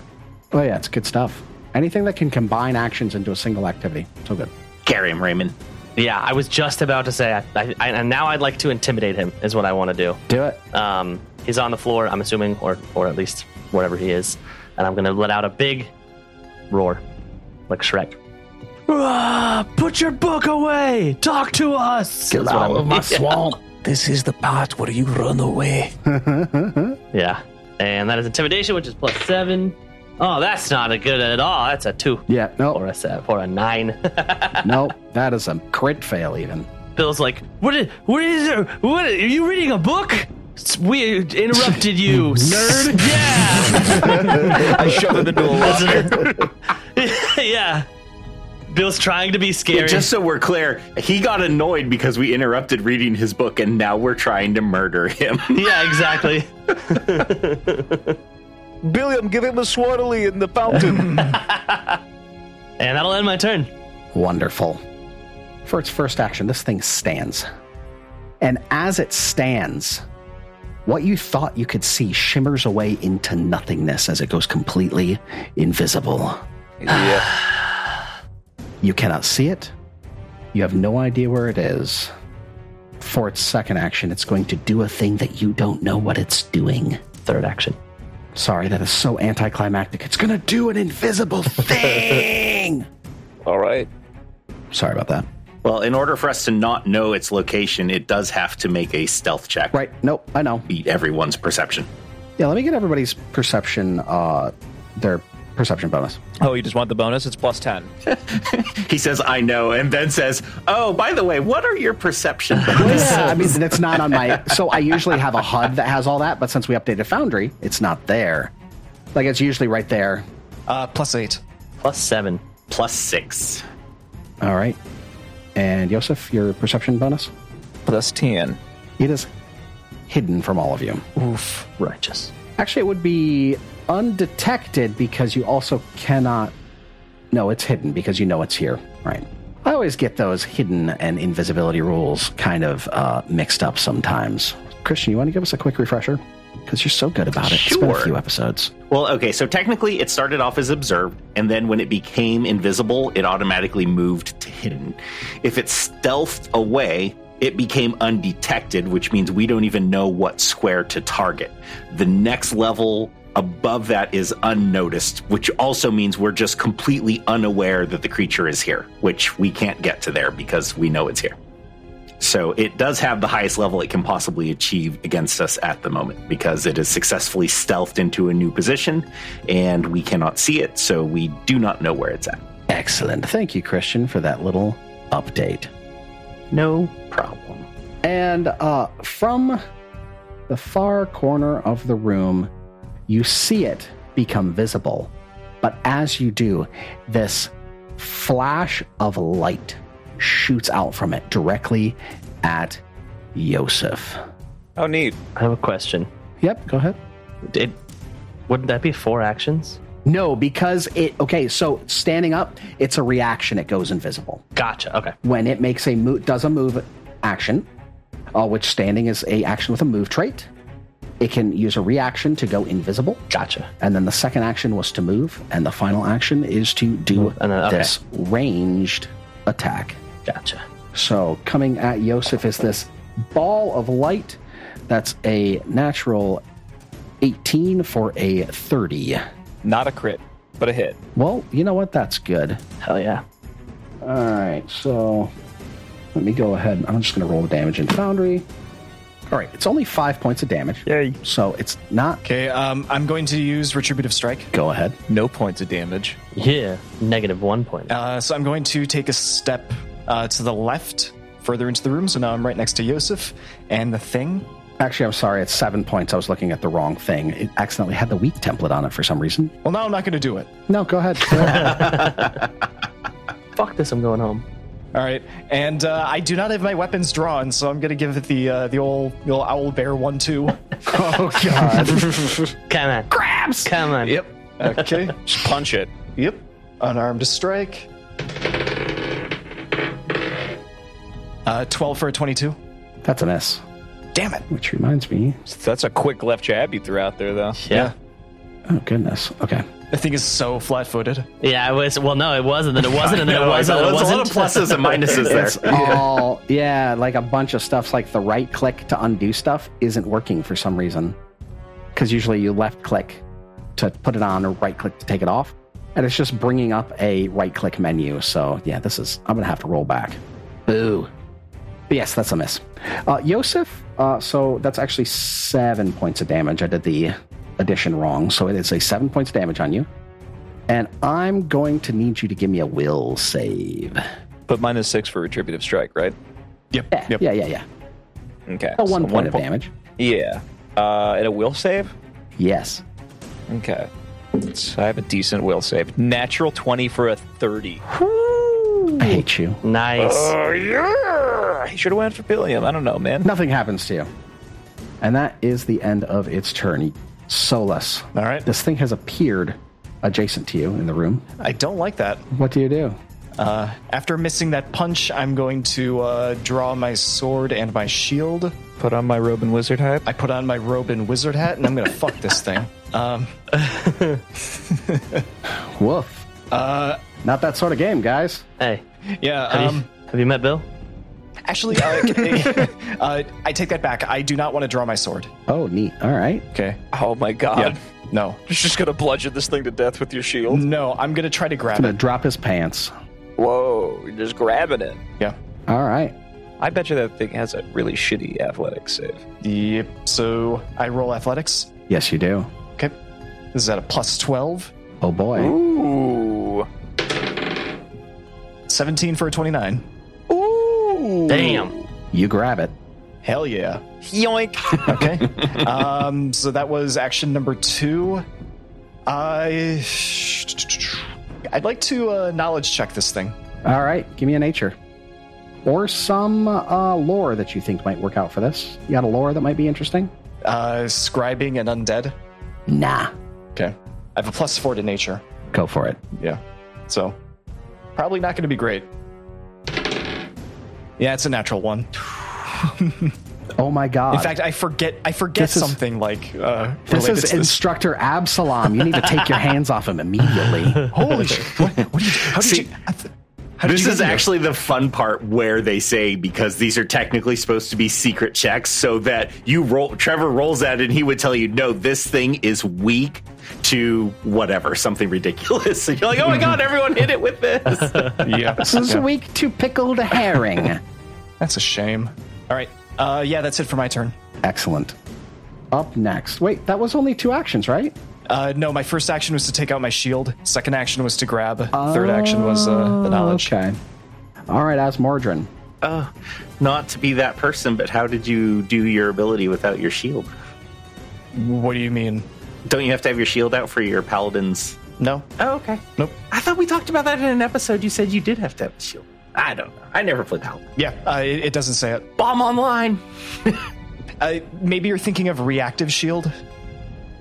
Speaker 2: oh yeah it's good stuff anything that can combine actions into a single activity so good
Speaker 6: Carry him, Raymond.
Speaker 5: yeah. I was just about to say, I, I, I, and now I'd like to intimidate him. Is what I want to do.
Speaker 2: do it
Speaker 5: Um, he's on the floor, I'm assuming, or or at least wherever he is, and I'm gonna let out a big roar, like Shrek. put your book away. Talk to us. That's what I want. *laughs*
Speaker 2: swamp
Speaker 3: This is the part where you run away.
Speaker 5: Yeah. And that is intimidation, which is plus seven. Oh, that's not a good at all. That's a two
Speaker 2: yeah no
Speaker 5: or a seven or a nine. *laughs*
Speaker 2: no, that is a crit fail. Even
Speaker 5: Bill's like, what? Is, what is it? What are you reading a book? S- We interrupted
Speaker 6: *laughs*
Speaker 5: you, nerd. Yeah,
Speaker 3: I shove *laughs* him into a locker.
Speaker 5: *laughs* yeah. Bill's trying to be
Speaker 6: Yeah,
Speaker 5: scary.
Speaker 6: just so we're clear, he got annoyed because we interrupted reading his book and now we're trying to murder him. *laughs*
Speaker 5: yeah, exactly.
Speaker 3: Billiam, give him a swaddly in the fountain.
Speaker 5: And that'll end my turn.
Speaker 2: wonderful. For its first action, this thing stands. And as it stands, what you thought you could see shimmers away into nothingness as it goes completely invisible.
Speaker 3: yeah.
Speaker 2: You cannot see it. You have no idea where it is. For its second action, it's going to do a thing that you don't know what it's doing.
Speaker 5: Third action.
Speaker 2: Sorry, that is so anticlimactic. It's going to do an invisible *laughs* thing.
Speaker 3: All right.
Speaker 2: Sorry about that.
Speaker 6: well, in order for us to not know its location, it does have to make a stealth check.
Speaker 2: Right. Nope. I know.
Speaker 6: Beat everyone's perception.
Speaker 2: Yeah, let me get everybody's perception, uh, their perception bonus.
Speaker 3: Oh, you just want the bonus? It's plus 10.
Speaker 6: He says, I know, and then says, Oh, by the way, what are your perception? *laughs*
Speaker 2: Yeah, *laughs* I mean that's not on my. So I usually have a HUD that has all that, but since we updated Foundry, it's not there. Like it's usually right there.
Speaker 4: Uh, plus eight.
Speaker 5: Plus seven.
Speaker 6: Plus six.
Speaker 2: All right. And Joseph, your perception bonus.
Speaker 3: Plus 10.
Speaker 2: It is hidden from all of you.
Speaker 3: Oof. Righteous.
Speaker 2: Actually, it would be undetected because you also cannot. No, it's hidden because you know it's here. Right. I always get those hidden and invisibility rules kind of uh, mixed up sometimes. Christian, you want to give us a quick refresher? Because you're so good about it. It's been a
Speaker 6: Sure.
Speaker 2: few episodes.
Speaker 6: Well, okay, so technically it started off as observed, and then when it became invisible, it automatically moved to hidden. If it stealthed away, it became undetected, which means we don't even know what square to target. The next level above that is unnoticed, which also means we're just completely unaware that the creature is here, which we can't get to there because we know it's here. So it does have the highest level it can possibly achieve against us at the moment because it is successfully stealthed into a new position and we cannot see it, so we do not know where it's at.
Speaker 2: Excellent. Thank you, Christian, for that little update.
Speaker 6: No problem.
Speaker 2: And uh, from the far corner of the room, you see it become visible. But as you do, this flash of light shoots out from it directly at Yosef.
Speaker 3: Oh, neat.
Speaker 5: I have a question.
Speaker 2: Yep, go ahead.
Speaker 5: It wouldn't that be four actions?
Speaker 2: No, because it, okay, so standing up, it's a reaction, it goes invisible.
Speaker 5: Gotcha. Okay.
Speaker 2: when it makes a move does a move action uh, which standing is a action with a move trait it can use a reaction to go invisible
Speaker 5: Gotcha.
Speaker 2: and then the second action was to move and the final action is to do
Speaker 5: and then- okay.
Speaker 2: this ranged attack
Speaker 5: Gotcha.
Speaker 2: so coming at Yosef is this ball of light that's a natural 18 for a 30
Speaker 3: Not a crit, but a hit.
Speaker 2: well you know what that's good
Speaker 5: Hell yeah.
Speaker 2: All right, so let me go ahead. and I'm just going to roll the damage in Foundry. All right, it's only five points of damage.
Speaker 3: Yay.
Speaker 2: So it's not.
Speaker 4: Okay, um, I'm going to use retributive strike.
Speaker 2: Go ahead.
Speaker 3: No points of damage.
Speaker 5: Yeah. Negative one point.
Speaker 4: Uh, so I'm going to take a step uh, to the left, further into the room. So now I'm right next to Yosef and the thing.
Speaker 2: Actually, I'm sorry. It's seven points. I was looking at the wrong thing. It accidentally had the weak template on it for some reason.
Speaker 4: Well, now I'm not going to do it.
Speaker 2: No, go
Speaker 4: *laughs*
Speaker 2: ahead. Go ahead.
Speaker 5: Fuck this. I'm going home.
Speaker 4: All right, and uh, I do not have my weapons drawn, so I'm going to give it the uh, the old the old owl bear one two.
Speaker 2: oh God!
Speaker 5: Come on. Grabs. Come on.
Speaker 4: yep. *laughs* Okay.
Speaker 3: Just punch it.
Speaker 4: yep. Unarmed to strike. Uh, twelve for a twenty-two.
Speaker 2: That's a miss.
Speaker 4: Damn it.
Speaker 2: Which reminds me.
Speaker 3: That's a quick left jab you threw out there, though.
Speaker 5: Yeah.
Speaker 2: Oh goodness. Okay.
Speaker 4: The thing is so flat-footed.
Speaker 5: yeah. it was. Well, no, it wasn't. Then it wasn't. And
Speaker 6: *laughs*
Speaker 5: then it
Speaker 6: No,
Speaker 5: was. And
Speaker 6: there's
Speaker 5: then it
Speaker 6: a lot
Speaker 5: wasn't.
Speaker 6: of pluses and minuses there.
Speaker 2: It's all yeah, like a bunch of stuffs. Like the right click to undo stuff isn't working for some reason. Because usually you left click to put it on or right click to take it off, and it's just bringing up a right click menu. So yeah, this is I'm gonna have to roll back. Boo. But yes, that's a miss. Uh, Yosef. Uh, so that's actually seven points of damage. I did the addition wrong, so it is a seven points of damage on you. And I'm going to need you to give me a will save.
Speaker 3: But minus six for retributive strike, right?
Speaker 4: Yep.
Speaker 2: Yeah,
Speaker 4: Yep.
Speaker 2: yeah, yeah, yeah.
Speaker 3: Okay.
Speaker 2: A one
Speaker 3: so
Speaker 2: point of damage.
Speaker 3: Yeah. Uh, and a will save?
Speaker 2: Yes.
Speaker 3: Okay. So I have a decent will save. Natural 20 for a 30.
Speaker 2: I hate you.
Speaker 5: Nice.
Speaker 3: Oh, yeah. He should have went for Billiam. I don't know, man.
Speaker 2: Nothing happens to you. And that is the end of its turn. Solus.
Speaker 4: All right.
Speaker 2: This thing has appeared adjacent to you in the room.
Speaker 4: I don't like that.
Speaker 2: What do you do?
Speaker 4: Uh, after missing that punch, I'm going to uh, draw my sword and my shield.
Speaker 3: Put on my robe and wizard hat.
Speaker 4: I put on my robe and wizard hat, and I'm going to fuck this *laughs* thing. Um,
Speaker 2: Woof. Uh, Not that sort of game, guys.
Speaker 7: Eh.
Speaker 5: hey,
Speaker 4: yeah.
Speaker 5: have,
Speaker 4: Um,
Speaker 5: you, have you met Bill?
Speaker 4: actually, uh, uh, I *laughs* take that back. I do not want to draw my sword.
Speaker 2: Oh, neat. All right.
Speaker 4: Okay.
Speaker 3: Oh my god.
Speaker 4: No.
Speaker 3: You're just gonna bludgeon this thing to death with your shield.
Speaker 4: No. I'm going to try to grab
Speaker 2: I'm going
Speaker 4: it.
Speaker 2: to drop his pants.
Speaker 3: Whoa, you're just grabbing it.
Speaker 4: Yeah.
Speaker 2: All right.
Speaker 3: I bet you that thing has a really shitty athletic save.
Speaker 4: Yep. So I roll athletics.
Speaker 2: Yes, you do.
Speaker 4: Okay. This is at a plus twelve.
Speaker 2: Oh boy.
Speaker 3: Ooh.
Speaker 4: 17 for a 29.
Speaker 3: Ooh.
Speaker 5: Damn.
Speaker 2: You grab it.
Speaker 4: Hell yeah.
Speaker 3: Yoink.
Speaker 4: Okay. um, so that was action number two. I. I'd like to uh, knowledge check this thing.
Speaker 2: All right, give me a nature. Or some uh, lore that you think might work out for this. You got a lore that might be interesting?
Speaker 4: Uh, scribing and undead.
Speaker 7: Nah.
Speaker 4: Okay. I have a plus four to nature.
Speaker 2: Go for it.
Speaker 4: Yeah. So, probably not going to be great. Yeah, it's a natural one.
Speaker 2: Oh my god.
Speaker 4: In fact, I forget. I forget
Speaker 2: This is-
Speaker 4: something like. Uh,
Speaker 2: this
Speaker 4: related
Speaker 2: is
Speaker 4: to
Speaker 2: Instructor Absalom. You need to take your hands off him
Speaker 4: *laughs*
Speaker 2: immediately.
Speaker 4: *laughs* Holy shit! What, what did you? How did
Speaker 6: See,
Speaker 4: you? I th- how did
Speaker 6: This
Speaker 4: you get
Speaker 6: is
Speaker 4: here?
Speaker 6: actually the fun part where they say because these are technically supposed to be secret checks, so that you roll. Trevor rolls that, and he would tell you, "No, this thing is weak to whatever, something ridiculous." *laughs* And you're like, "Oh my god, everyone hit it with this!"
Speaker 4: Yeah,
Speaker 2: this is a week to pickled herring.
Speaker 4: that's a shame. All right. Uh, yeah, that's it for my turn.
Speaker 2: Excellent. Up next. Wait, that was only two actions, right?
Speaker 4: Uh, no, my first action was to take out my shield. Second action was to grab. Third action was uh, the knowledge.
Speaker 2: Okay. All right, Asmordran.
Speaker 6: *laughs* Uh, not to be that person, but how did you do your ability without your shield?
Speaker 4: What do you mean?
Speaker 6: Don't you have to have your shield out for your paladins?
Speaker 4: No.
Speaker 6: Oh, okay.
Speaker 4: Nope.
Speaker 6: I thought we talked about that in an episode. You said you did have to have a shield. I don't know. I never played paladin.
Speaker 4: Yeah, uh, it, it doesn't say it.
Speaker 6: Bomb online.
Speaker 4: Uh, maybe you're thinking of reactive shield.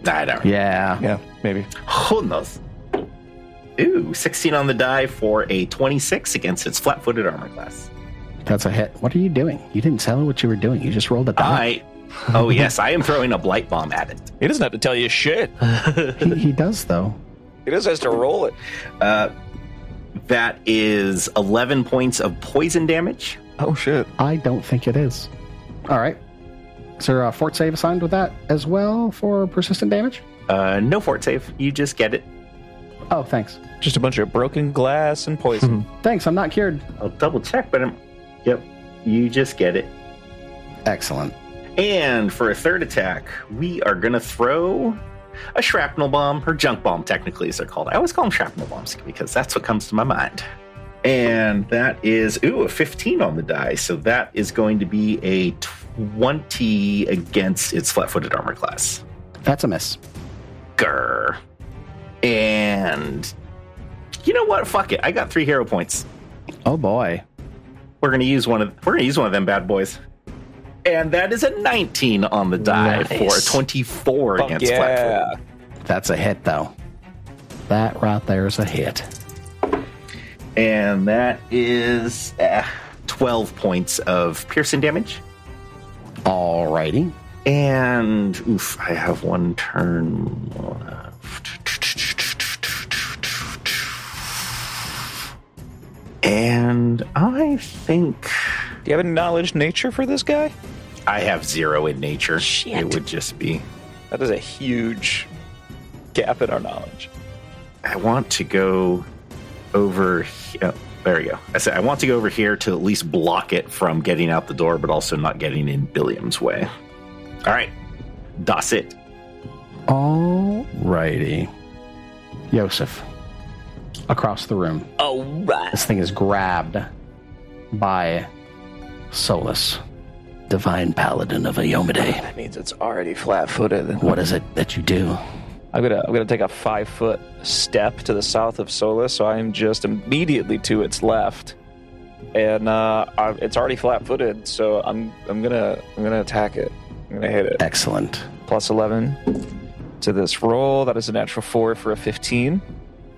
Speaker 6: I don't.
Speaker 2: Yeah.
Speaker 4: Yeah, maybe.
Speaker 6: Who knows? Ooh, 16 on the die for a 26 against its flat footed armor class.
Speaker 2: That's a hit. What are you doing? You didn't tell me what you were doing. You just rolled a die.
Speaker 6: I. Oh, yes, I am throwing a blight bomb at it.
Speaker 3: He doesn't have to tell you shit.
Speaker 2: He, he does, though.
Speaker 3: He just has to roll it.
Speaker 6: That is 11 points of poison damage.
Speaker 3: Oh shit.
Speaker 2: I don't think it is. All right. Is there a fort save assigned with that as well for persistent damage?
Speaker 6: Uh, no fort save. You just get it.
Speaker 2: Oh, thanks.
Speaker 3: Just a bunch of broken glass and *laughs* poison.
Speaker 2: Thanks. I'm not cured.
Speaker 6: I'll double check, but I'm. Yep, you just get it.
Speaker 2: Excellent.
Speaker 6: And for a third attack, we are going to throw a shrapnel bomb, or junk bomb, technically, as they're called. I always call them shrapnel bombs because that's what comes to my mind. And that is, ooh, a 15 on the die. So that is going to be a 20 against its flat footed armor class.
Speaker 2: That's a miss.
Speaker 6: Grr. And you know what? Fuck it. I got three hero points.
Speaker 2: Oh, boy.
Speaker 6: We're gonna use one of we're gonna use one of them bad boys. And that is a 19 on the die for a 24
Speaker 3: Fuck
Speaker 6: against
Speaker 3: yeah.
Speaker 6: platform.
Speaker 2: That's a hit, though. That right there is a hit.
Speaker 6: And that is uh, 12 points of piercing damage.
Speaker 2: All righty.
Speaker 6: And oof, I have one turn left. And I think
Speaker 3: Do you have a knowledge nature for this guy?
Speaker 6: I have zero in nature. It would just be
Speaker 3: That is a huge gap in our knowledge.
Speaker 6: I want to go over here. There we go. I said I want to go over here to at least block it from getting out the door, but also not getting in Billiam's way. All right, that's it.
Speaker 2: All righty. Joseph, across the room.
Speaker 5: Oh, right.
Speaker 2: This thing is grabbed by Solus,
Speaker 7: Divine Paladin of Ayomide.
Speaker 3: That means it's already flat footed.
Speaker 7: What is it that you do?
Speaker 3: I'm gonna I'm gonna take a five foot step to the south of Solus, so I'm just immediately to its left, and uh, I, it's already flat footed. So I'm I'm gonna I'm gonna attack it. I'm gonna hit it.
Speaker 2: Excellent.
Speaker 3: Plus eleven to this roll. That is a natural four for a fifteen.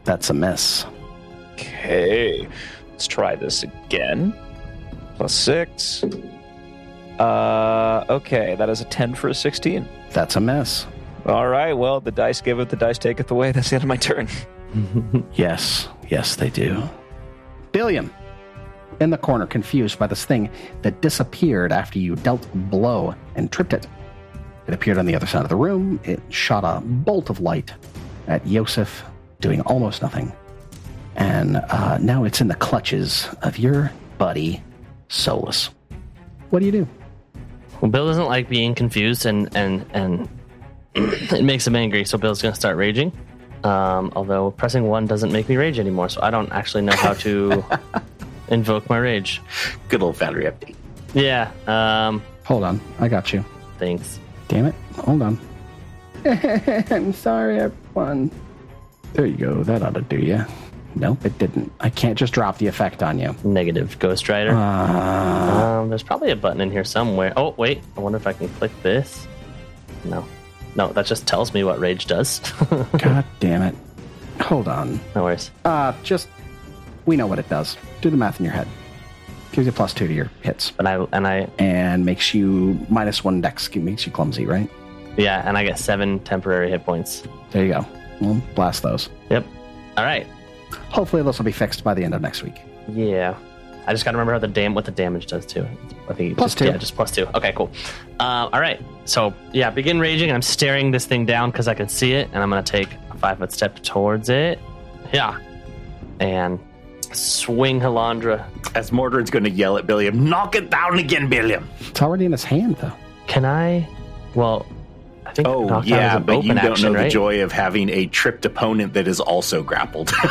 Speaker 2: That's a miss.
Speaker 3: Okay, let's try this again. Plus six. Uh, okay, that is a ten for a sixteen.
Speaker 2: That's a miss.
Speaker 3: All right. Well, the dice giveth, the dice taketh away. *laughs* That's the end of my turn.
Speaker 2: Yes, yes, they do. Billiam, in the corner, confused by this thing that disappeared after you dealt a blow and tripped it. It appeared on the other side of the room. It shot a bolt of light at Yosef, doing almost nothing. And uh, now it's in the clutches of your buddy, Solus. What do you do?
Speaker 5: Well, Bill doesn't like *clears throat* being confused, and and and it makes him angry. So Bill's gonna start raging. Um, although pressing one doesn't make me rage anymore, so I don't actually know how to invoke my rage.
Speaker 6: Good old foundry update.
Speaker 5: Yeah. Um,
Speaker 2: Hold on. I got you.
Speaker 5: thanks.
Speaker 2: Damn it. Hold on. *laughs* I'm sorry, everyone. There you go. That ought to do you. Nope, it didn't. I can't just drop the effect on you.
Speaker 5: Negative Ghost Rider. Um, there's probably a button in here somewhere. Oh wait, I wonder if I can click this. No, no, that just tells me what rage does. *laughs*
Speaker 2: God damn it. Hold on.
Speaker 5: no worries.
Speaker 2: Uh, just, we know what it does. Do the math in your head. Gives you plus two to your hits
Speaker 5: But I and I
Speaker 2: and makes you minus one dex. Makes you clumsy, right?
Speaker 5: yeah, and I get seven temporary hit points.
Speaker 2: There you go. Well, blast those.
Speaker 5: Yep. All right.
Speaker 2: Hopefully, this will be fixed by the end of next week.
Speaker 5: Yeah. I just gotta remember how the dam what the damage does too. I think it
Speaker 2: Plus
Speaker 5: just,
Speaker 2: two.
Speaker 5: Yeah, just plus two. Okay, cool. Uh, all right. So yeah, begin raging. I'm staring this thing down because I can see it, and I'm gonna take a five foot step towards it. Yeah, and swing Halandra.
Speaker 6: As Mordrin's going to yell at Billiam, knock it down again, Billiam.
Speaker 2: It's already in his hand, though.
Speaker 5: Can I? Well, I think
Speaker 6: Oh,
Speaker 5: knockdown is
Speaker 6: yeah,
Speaker 5: an
Speaker 6: but you
Speaker 5: open
Speaker 6: don't
Speaker 5: action,
Speaker 6: know the
Speaker 5: right?
Speaker 6: joy of having a tripped opponent that is also grappled. *laughs*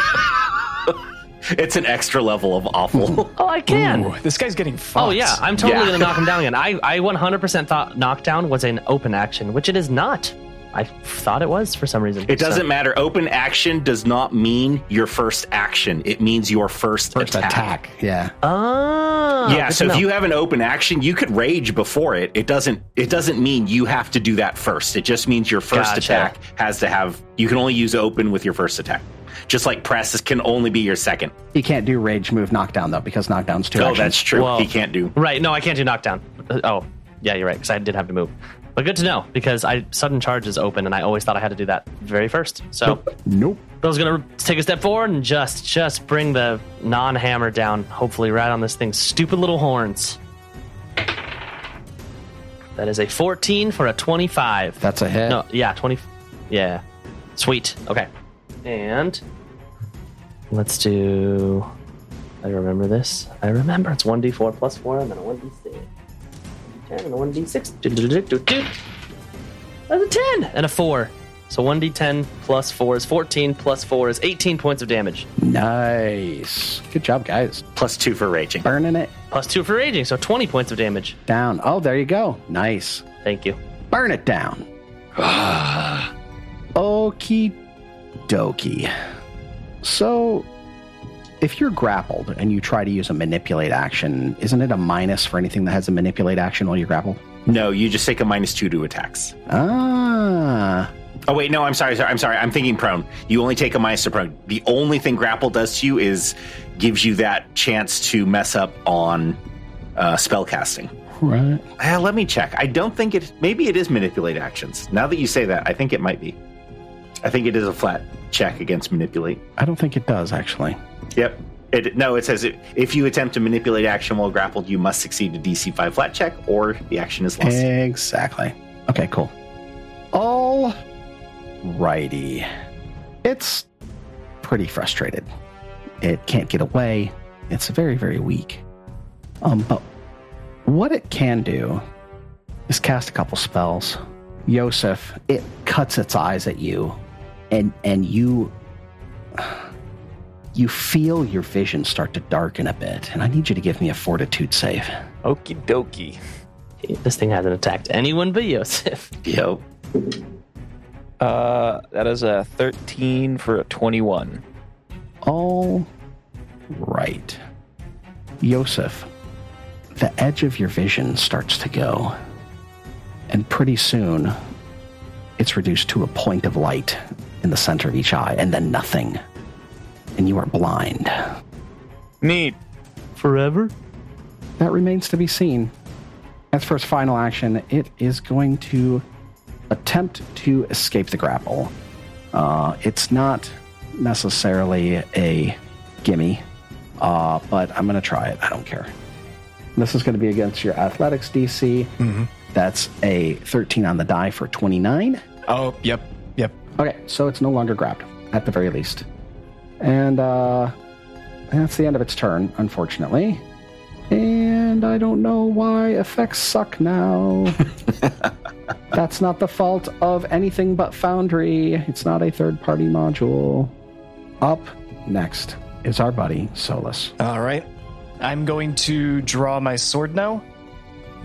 Speaker 6: it's an extra level of
Speaker 5: *laughs*
Speaker 6: awful.
Speaker 5: Oh, I can.
Speaker 4: Ooh, this guy's getting fucked.
Speaker 5: Oh yeah, I'm totally
Speaker 6: Yeah.
Speaker 5: gonna knock him down again. I, I 100% thought knockdown was an open action, which it is not. I thought it was for some reason.
Speaker 6: It
Speaker 5: So-
Speaker 6: doesn't matter. Open action does not mean your first action. It means your first,
Speaker 2: First attack. Yeah.
Speaker 5: Oh,
Speaker 6: yeah,
Speaker 5: good
Speaker 6: so
Speaker 5: to
Speaker 6: if
Speaker 5: know.
Speaker 6: you have an open action, you could rage before it. It doesn't it doesn't mean you have to do that first. It just means your first
Speaker 5: Gotcha.
Speaker 6: attack has to have you can only use open with your first attack. Just like press can only be your second.
Speaker 2: You can't do rage move knockdown though because knockdown's two.
Speaker 6: Oh,
Speaker 2: actions.
Speaker 6: that's true.
Speaker 5: Well-
Speaker 6: He can't do.
Speaker 5: Right. No, I can't do knockdown. Uh, Oh, yeah, you're right. Because I did have to move. But good to know because I sudden charge is open, and I always thought I had to do that very first. So
Speaker 2: Nope.
Speaker 5: those gonna take a step forward and just just bring the non-hammer down. Hopefully, right on this thing's stupid little horns. That is a 14 for a 25.
Speaker 2: That's a hit.
Speaker 5: No, yeah, 20. Yeah. Sweet. Okay. And let's do. I remember this. I remember. It's 1d4 plus 4 and then a 1d6. 10 and a 1d6. Do, do, do, do, do. That's a 10 and a 4. So 1d10 plus 4 is 14, plus 4 is 18 points of damage.
Speaker 2: Nice. Good job, guys.
Speaker 6: Plus two for raging.
Speaker 2: Burning it
Speaker 5: Plus 2 for raging, so 20 points of damage.
Speaker 2: down. Oh, there you go. Nice.
Speaker 5: Thank you.
Speaker 2: Burn it down. *sighs* Okie dokie. So, if you're grappled and you try to use a manipulate action, isn't it a minus for anything that has a manipulate action while you're grappled?
Speaker 6: No, you just take a minus two to attacks.
Speaker 2: Ah.
Speaker 6: Oh wait, no, I'm sorry, sorry, I'm sorry. I'm thinking prone. You only take a minus to prone. The only thing grapple does to you is gives you that chance to mess up on uh, spell casting.
Speaker 2: Right.
Speaker 6: Uh, let me check. I don't think it. Maybe it is manipulate actions. Now that you say that, I think it might be. I think it is a flat check against manipulate.
Speaker 2: I don't think it does, actually.
Speaker 6: Yep. It, no, it says it, if you attempt to manipulate action while grappled, you must succeed a DC five flat check, or the action is lost.
Speaker 2: Exactly. Okay, cool. All righty. It's pretty frustrated. It can't get away. It's very, very weak. Um, but what it can do is cast a couple spells. Yosef, it cuts its eyes at you, and and you you feel your vision start to darken a bit. And I need you to give me a fortitude save.
Speaker 3: Okie dokie.
Speaker 5: This thing hasn't attacked anyone but Yosef.
Speaker 6: Yep.
Speaker 3: Uh, that is a 13 for a 21.
Speaker 2: All right. Yosef, the edge of your vision starts to go. And pretty soon, it's reduced to a point of light in the center of each eye, and then nothing. And you are blind.
Speaker 3: Neat.
Speaker 5: *laughs* Forever?
Speaker 2: That remains to be seen. As for its final action, it is going to attempt to escape the grapple. Uh, it's not necessarily a gimme, uh, but I'm going to try it. I don't care. This is going to be against your athletics DC. That's a 13 on the die for 29.
Speaker 4: Oh, yep, yep.
Speaker 2: Okay, so it's no longer grabbed, at the very least. And uh, that's the end of its turn, unfortunately.
Speaker 6: *laughs*
Speaker 2: And I don't know why effects suck now. That's not the fault of anything but Foundry. It's not a third party module. Up next is our buddy Solus.
Speaker 4: All right. I'm going to draw my sword now.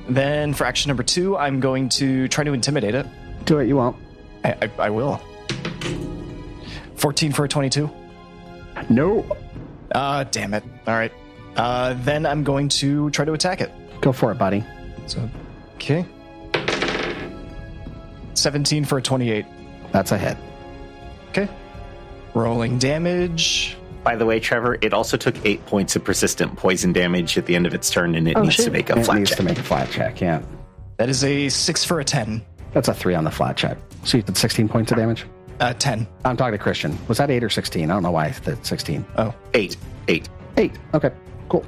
Speaker 4: Then for action number two, I'm going to try to intimidate it.
Speaker 2: Do it, you won't.
Speaker 4: I, I, I will. 14 for a 22.
Speaker 2: No.
Speaker 4: Ah, damn it. All right. Uh, then I'm going to try to attack it.
Speaker 2: Go for it, buddy.
Speaker 4: So, okay. 17 for a 28.
Speaker 2: That's a hit.
Speaker 4: Okay. Rolling damage.
Speaker 6: By the way, Trevor, it also took eight points of persistent poison damage at the end of its turn,
Speaker 2: Oh,
Speaker 6: and it needs to make a
Speaker 2: It
Speaker 6: flat
Speaker 2: needs
Speaker 6: check.
Speaker 2: to make a flat check, yeah.
Speaker 4: That is a 6 for a 10.
Speaker 2: That's a three on the flat check. So you did 16 points of damage?
Speaker 4: Uh, 10.
Speaker 2: I'm talking to Christian. Was that eight or 16? I don't know why I said 16.
Speaker 4: Oh.
Speaker 6: eight, eight.
Speaker 2: Eight. Okay, cool.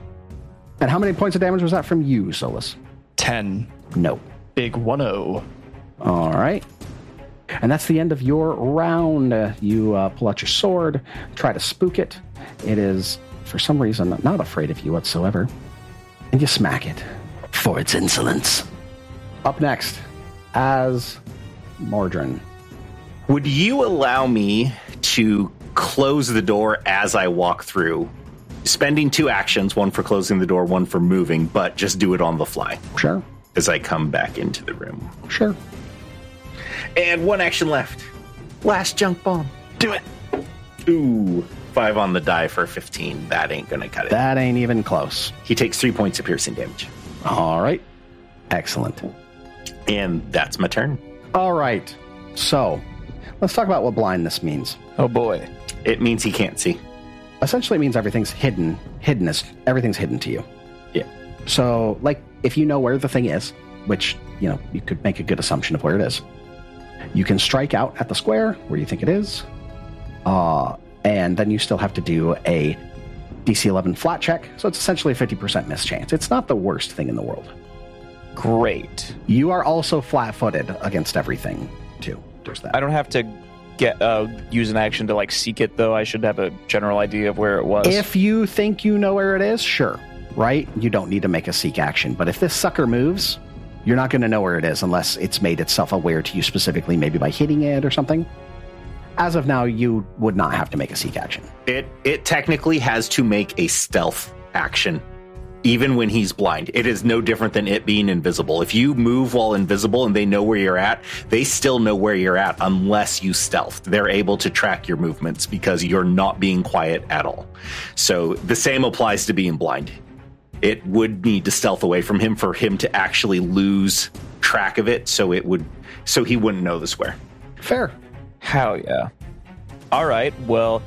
Speaker 2: And how many points of damage was that from you, Solus?
Speaker 4: 10.
Speaker 2: No.
Speaker 4: Big 1 0.
Speaker 2: All right. And that's the end of your round. Uh, You uh, pull out your sword, try to spook it. It is, for some reason, not afraid of you whatsoever. And you smack it for its insolence. Up next, as Mordrin.
Speaker 6: Would you allow me to close the door as I walk through? Spending two actions, one for closing the door, one for moving, but just do it on the fly
Speaker 2: Sure,
Speaker 6: as I come back into the room.
Speaker 2: sure.
Speaker 6: And one action left. Last junk bomb. Do it. Ooh, five on the die for 15. That ain't going to cut it.
Speaker 2: That ain't even close.
Speaker 6: he takes three points of piercing damage.
Speaker 2: All right. Excellent.
Speaker 6: And that's my turn.
Speaker 2: All right. So let's talk about what blindness means.
Speaker 3: Oh boy.
Speaker 6: It means he can't see.
Speaker 2: essentially it means everything's hidden. Hiddenness. Everything's hidden to you.
Speaker 6: Yeah.
Speaker 2: So, like, if you know where the thing is, which, you know, you could make a good assumption of where it is, you can strike out at the square where you think it is. Uh, and then you still have to do a DC 11 flat check. So it's essentially a 50% miss chance. It's not the worst thing in the world.
Speaker 3: Great.
Speaker 2: You are also flat footed against everything, too. There's that.
Speaker 3: I don't have to get uh, use an action to like seek it though. I should have a general idea of where it was.
Speaker 2: If you think you know where it is, sure, right? You don't need to make a seek action. But if this sucker moves, you're not going to know where it is unless it's made itself aware to you specifically, maybe by hitting it or something. As of now, you would not have to make a seek action.
Speaker 6: It it technically has to make a stealth action, even when he's blind. It is no different than it being invisible. If you move while invisible and they know where you're at, they still know where you're at unless you stealth. They're able to track your movements because you're not being quiet at all. So the same applies to being blind. It would need to stealth away from him for him to actually lose track of it, so it would so he wouldn't know the square.
Speaker 2: Fair.
Speaker 3: How yeah. All right. Well,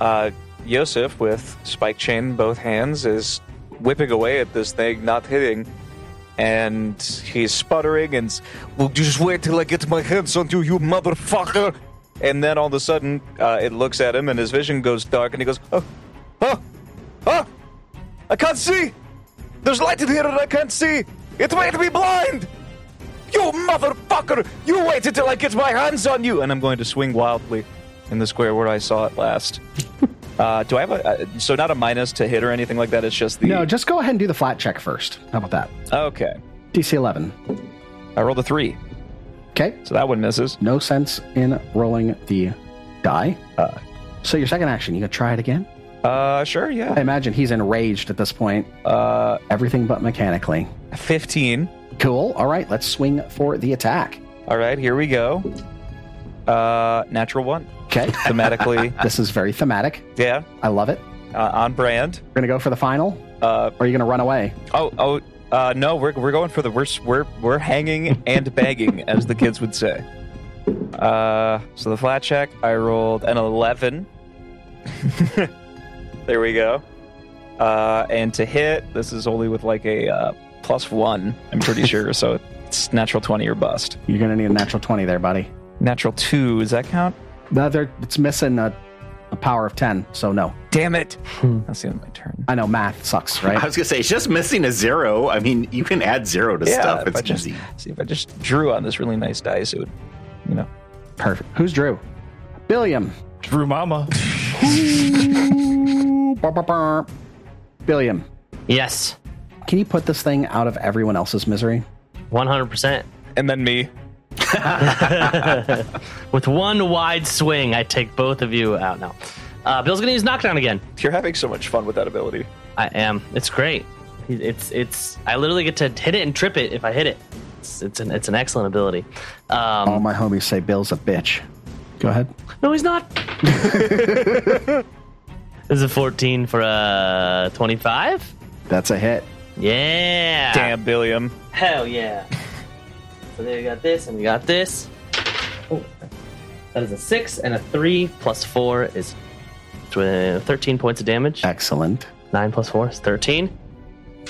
Speaker 3: uh, Yosef with spike chain in both hands is whipping away at this thing, not hitting, and he's sputtering and s- will you just wait till I get my hands on you, you motherfucker. And then all of a sudden, uh, it looks at him, and his vision goes dark, and he goes, "Oh, oh, oh! I can't see. There's light in here, and I can't see. It made me blind." You motherfucker! You waited till I get my hands on you! And I'm going to swing wildly in the square where I saw it last. uh, do I have a. Uh, so, not a minus to hit or anything like that? It's just the.
Speaker 2: No, just go ahead and do the flat check first. How about that?
Speaker 3: Okay.
Speaker 2: DC 11.
Speaker 3: I rolled a three,
Speaker 2: Okay.
Speaker 3: so that one misses.
Speaker 2: No sense in rolling the die.
Speaker 3: Uh.
Speaker 2: so, your second action, you gonna try it again?
Speaker 3: Uh, sure,
Speaker 2: I
Speaker 3: yeah.
Speaker 2: imagine he's enraged at this point.
Speaker 3: Uh,
Speaker 2: Everything but mechanically.
Speaker 3: 15.
Speaker 2: Cool. All right, let's swing for the attack.
Speaker 3: All right, here we go. Uh, natural one.
Speaker 2: Okay.
Speaker 3: *laughs* Thematically,
Speaker 2: This is very thematic.
Speaker 3: yeah,
Speaker 2: I love it.
Speaker 3: uh, on brand.
Speaker 2: We're gonna go for the final,
Speaker 3: Uh,
Speaker 2: or are you gonna run away?
Speaker 3: oh, oh, uh, no, we're, we're going for the worst. We're, we're hanging *laughs* and bagging, as the kids would say. Uh, so the flat check, I rolled an 11. *laughs* there we go. Uh, and to hit, this is only with like a uh, plus one, I'm *laughs* pretty sure. So it's natural 20 or bust.
Speaker 2: You're gonna need a natural twenty there, buddy.
Speaker 3: Natural two, does that count?
Speaker 2: No, there, it's missing a, a power of ten, so no.
Speaker 3: Damn it. That's the end of my turn.
Speaker 2: I know math sucks,
Speaker 6: I
Speaker 2: right?
Speaker 6: was gonna say it's just missing a zero. I mean, you can add zero to stuff.
Speaker 3: if I
Speaker 6: It's
Speaker 3: just,
Speaker 6: easy.
Speaker 3: See, if I just drew on this really nice dice, it would, you know.
Speaker 2: Perfect. Who's Drew? Billiam.
Speaker 4: Drew Mama. *laughs*
Speaker 2: Ooh, burp, burp, burp. Billiam,
Speaker 5: Yes,
Speaker 2: can you put this thing out of everyone else's misery?
Speaker 5: one hundred percent.
Speaker 3: And then me.
Speaker 5: With one wide swing, I take both of you out now. Uh, Bill's gonna use knockdown again.
Speaker 3: You're having so much fun with that ability.
Speaker 5: I am. It's great. It's it's. I literally get to hit it and trip it if I hit it. It's it's an it's an excellent ability. Um,
Speaker 2: All my homies say Bill's a bitch. Go ahead.
Speaker 5: No, he's *laughs* not. this is a 14 for uh, a 25.
Speaker 2: That's a hit.
Speaker 5: Yeah.
Speaker 3: Damn, Billiam.
Speaker 5: Hell yeah. so there you got this, and we got this. Oh, that is a 6 and a 3 plus 4 is tw- 13 points of damage.
Speaker 2: Excellent.
Speaker 5: 9 plus 4 is 13.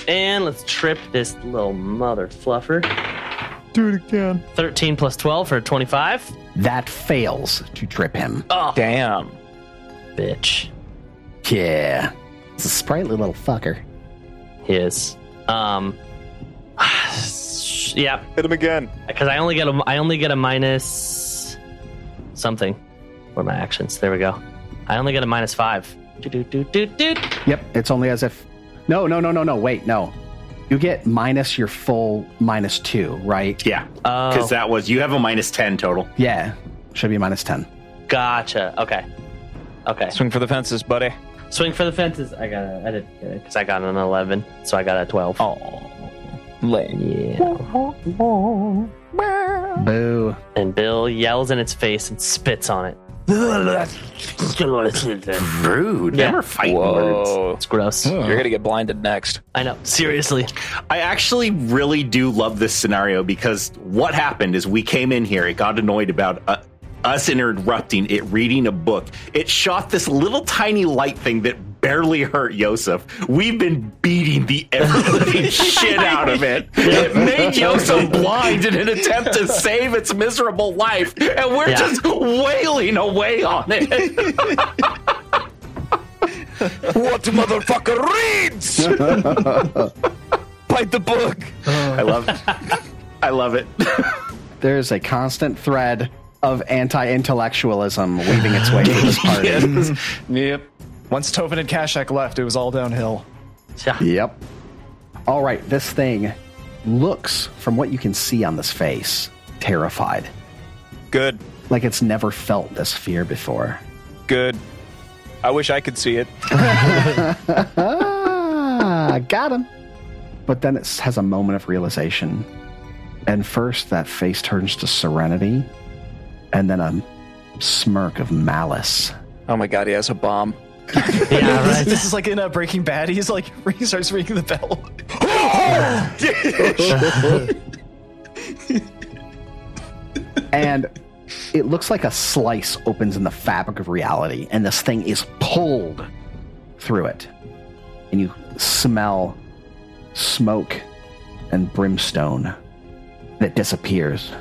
Speaker 5: And let's trip this little mother fluffer.
Speaker 3: Do it again.
Speaker 5: 13 plus 12 for 25.
Speaker 2: That fails to trip him.
Speaker 6: Uh.
Speaker 3: Damn.
Speaker 5: Bitch.
Speaker 2: Yeah. It's a sprightly little fucker.
Speaker 5: He is. Um. *sighs* Yeah,
Speaker 3: Hit him again.
Speaker 5: because I only get a I only get a minus something for my actions. There we go. I only get a minus five. Doot, doot, doot, doot, doot.
Speaker 2: Yep. It's only as if. No, no, no, no, no. Wait, no. You get minus your full minus two, right?
Speaker 6: Yeah.
Speaker 5: Oh,
Speaker 6: Because that was, you have a minus 10 total.
Speaker 2: Yeah. Should be minus 10.
Speaker 5: gotcha. Okay, okay.
Speaker 3: Swing for the fences, buddy.
Speaker 5: Swing for the fences. I got a, I didn't get it because I got an eleven, so I got a twelve.
Speaker 3: Oh. Lame.
Speaker 5: Yeah.
Speaker 2: Boo.
Speaker 5: And Bill yells in its face and spits on it.
Speaker 6: Rude.
Speaker 5: Yeah.
Speaker 6: Never fight words.
Speaker 5: It's gross.
Speaker 3: You're going to get blinded next.
Speaker 5: I know. Seriously.
Speaker 6: I actually really do love this scenario because what happened is we came in here, it got annoyed about uh, us interrupting it reading a book. It shot this little tiny light thing that barely hurt Yosef. We've been beating the *laughs* everything shit out of it. It made Yosef blind in an attempt to save its miserable life, and we're
Speaker 5: Yeah.
Speaker 6: just wailing away on it. *laughs*
Speaker 3: What motherfucker reads? Bite the book.
Speaker 6: I love it. I love *laughs* it.
Speaker 2: There's a constant thread of anti intellectualism weaving its way through this
Speaker 6: *laughs*
Speaker 2: party.
Speaker 4: Yep. Once Tobin and Kashak left, it was all downhill.
Speaker 2: Yep. All right, this thing looks, from what you can see on this face, terrified.
Speaker 3: Good.
Speaker 2: Like it's never felt this fear before.
Speaker 3: Good. I wish I could see it.
Speaker 2: Ah, got him. But then it has a moment of realization. And first, that face turns to serenity, and then a smirk of malice.
Speaker 3: Oh my god, he has a bomb.
Speaker 5: *laughs* Yeah.
Speaker 4: This,
Speaker 5: Right.
Speaker 4: this is like in uh, Breaking Bad. He's like, *laughs* he starts ringing the bell.
Speaker 2: and it looks like a slice opens in the fabric of reality, and this thing is pulled through it. And you smell smoke and brimstone, and it disappears.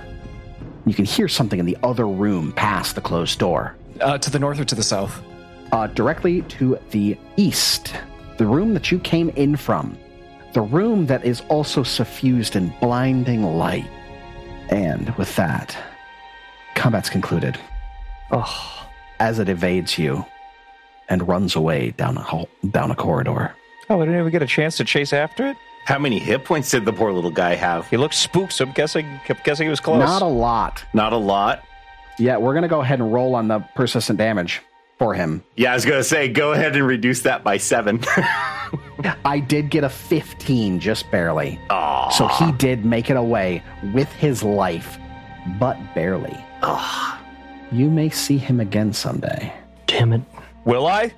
Speaker 2: You can hear something in the other room past the closed door.
Speaker 4: Uh, to the north or to the south?
Speaker 2: Uh, directly to the east, the room that you came in from, the room that is also suffused in blinding light. And with that, combat's concluded. Oh. As it evades you and runs away down a hall, down a corridor.
Speaker 3: Oh, I didn't even get a chance to chase after it.
Speaker 6: How many hit points did the poor little guy have?
Speaker 3: He looked spooked, so I'm guessing kept guessing he was close.
Speaker 2: Not a lot.
Speaker 6: Not a lot.
Speaker 2: Yeah, we're gonna go ahead and roll on the persistent damage for him.
Speaker 6: Yeah, I was gonna say, go ahead and reduce that by seven. *laughs*
Speaker 2: I did get a 15, just barely. So he did make it away with his life, but barely. You may see him again someday.
Speaker 5: Damn it.
Speaker 3: Will I?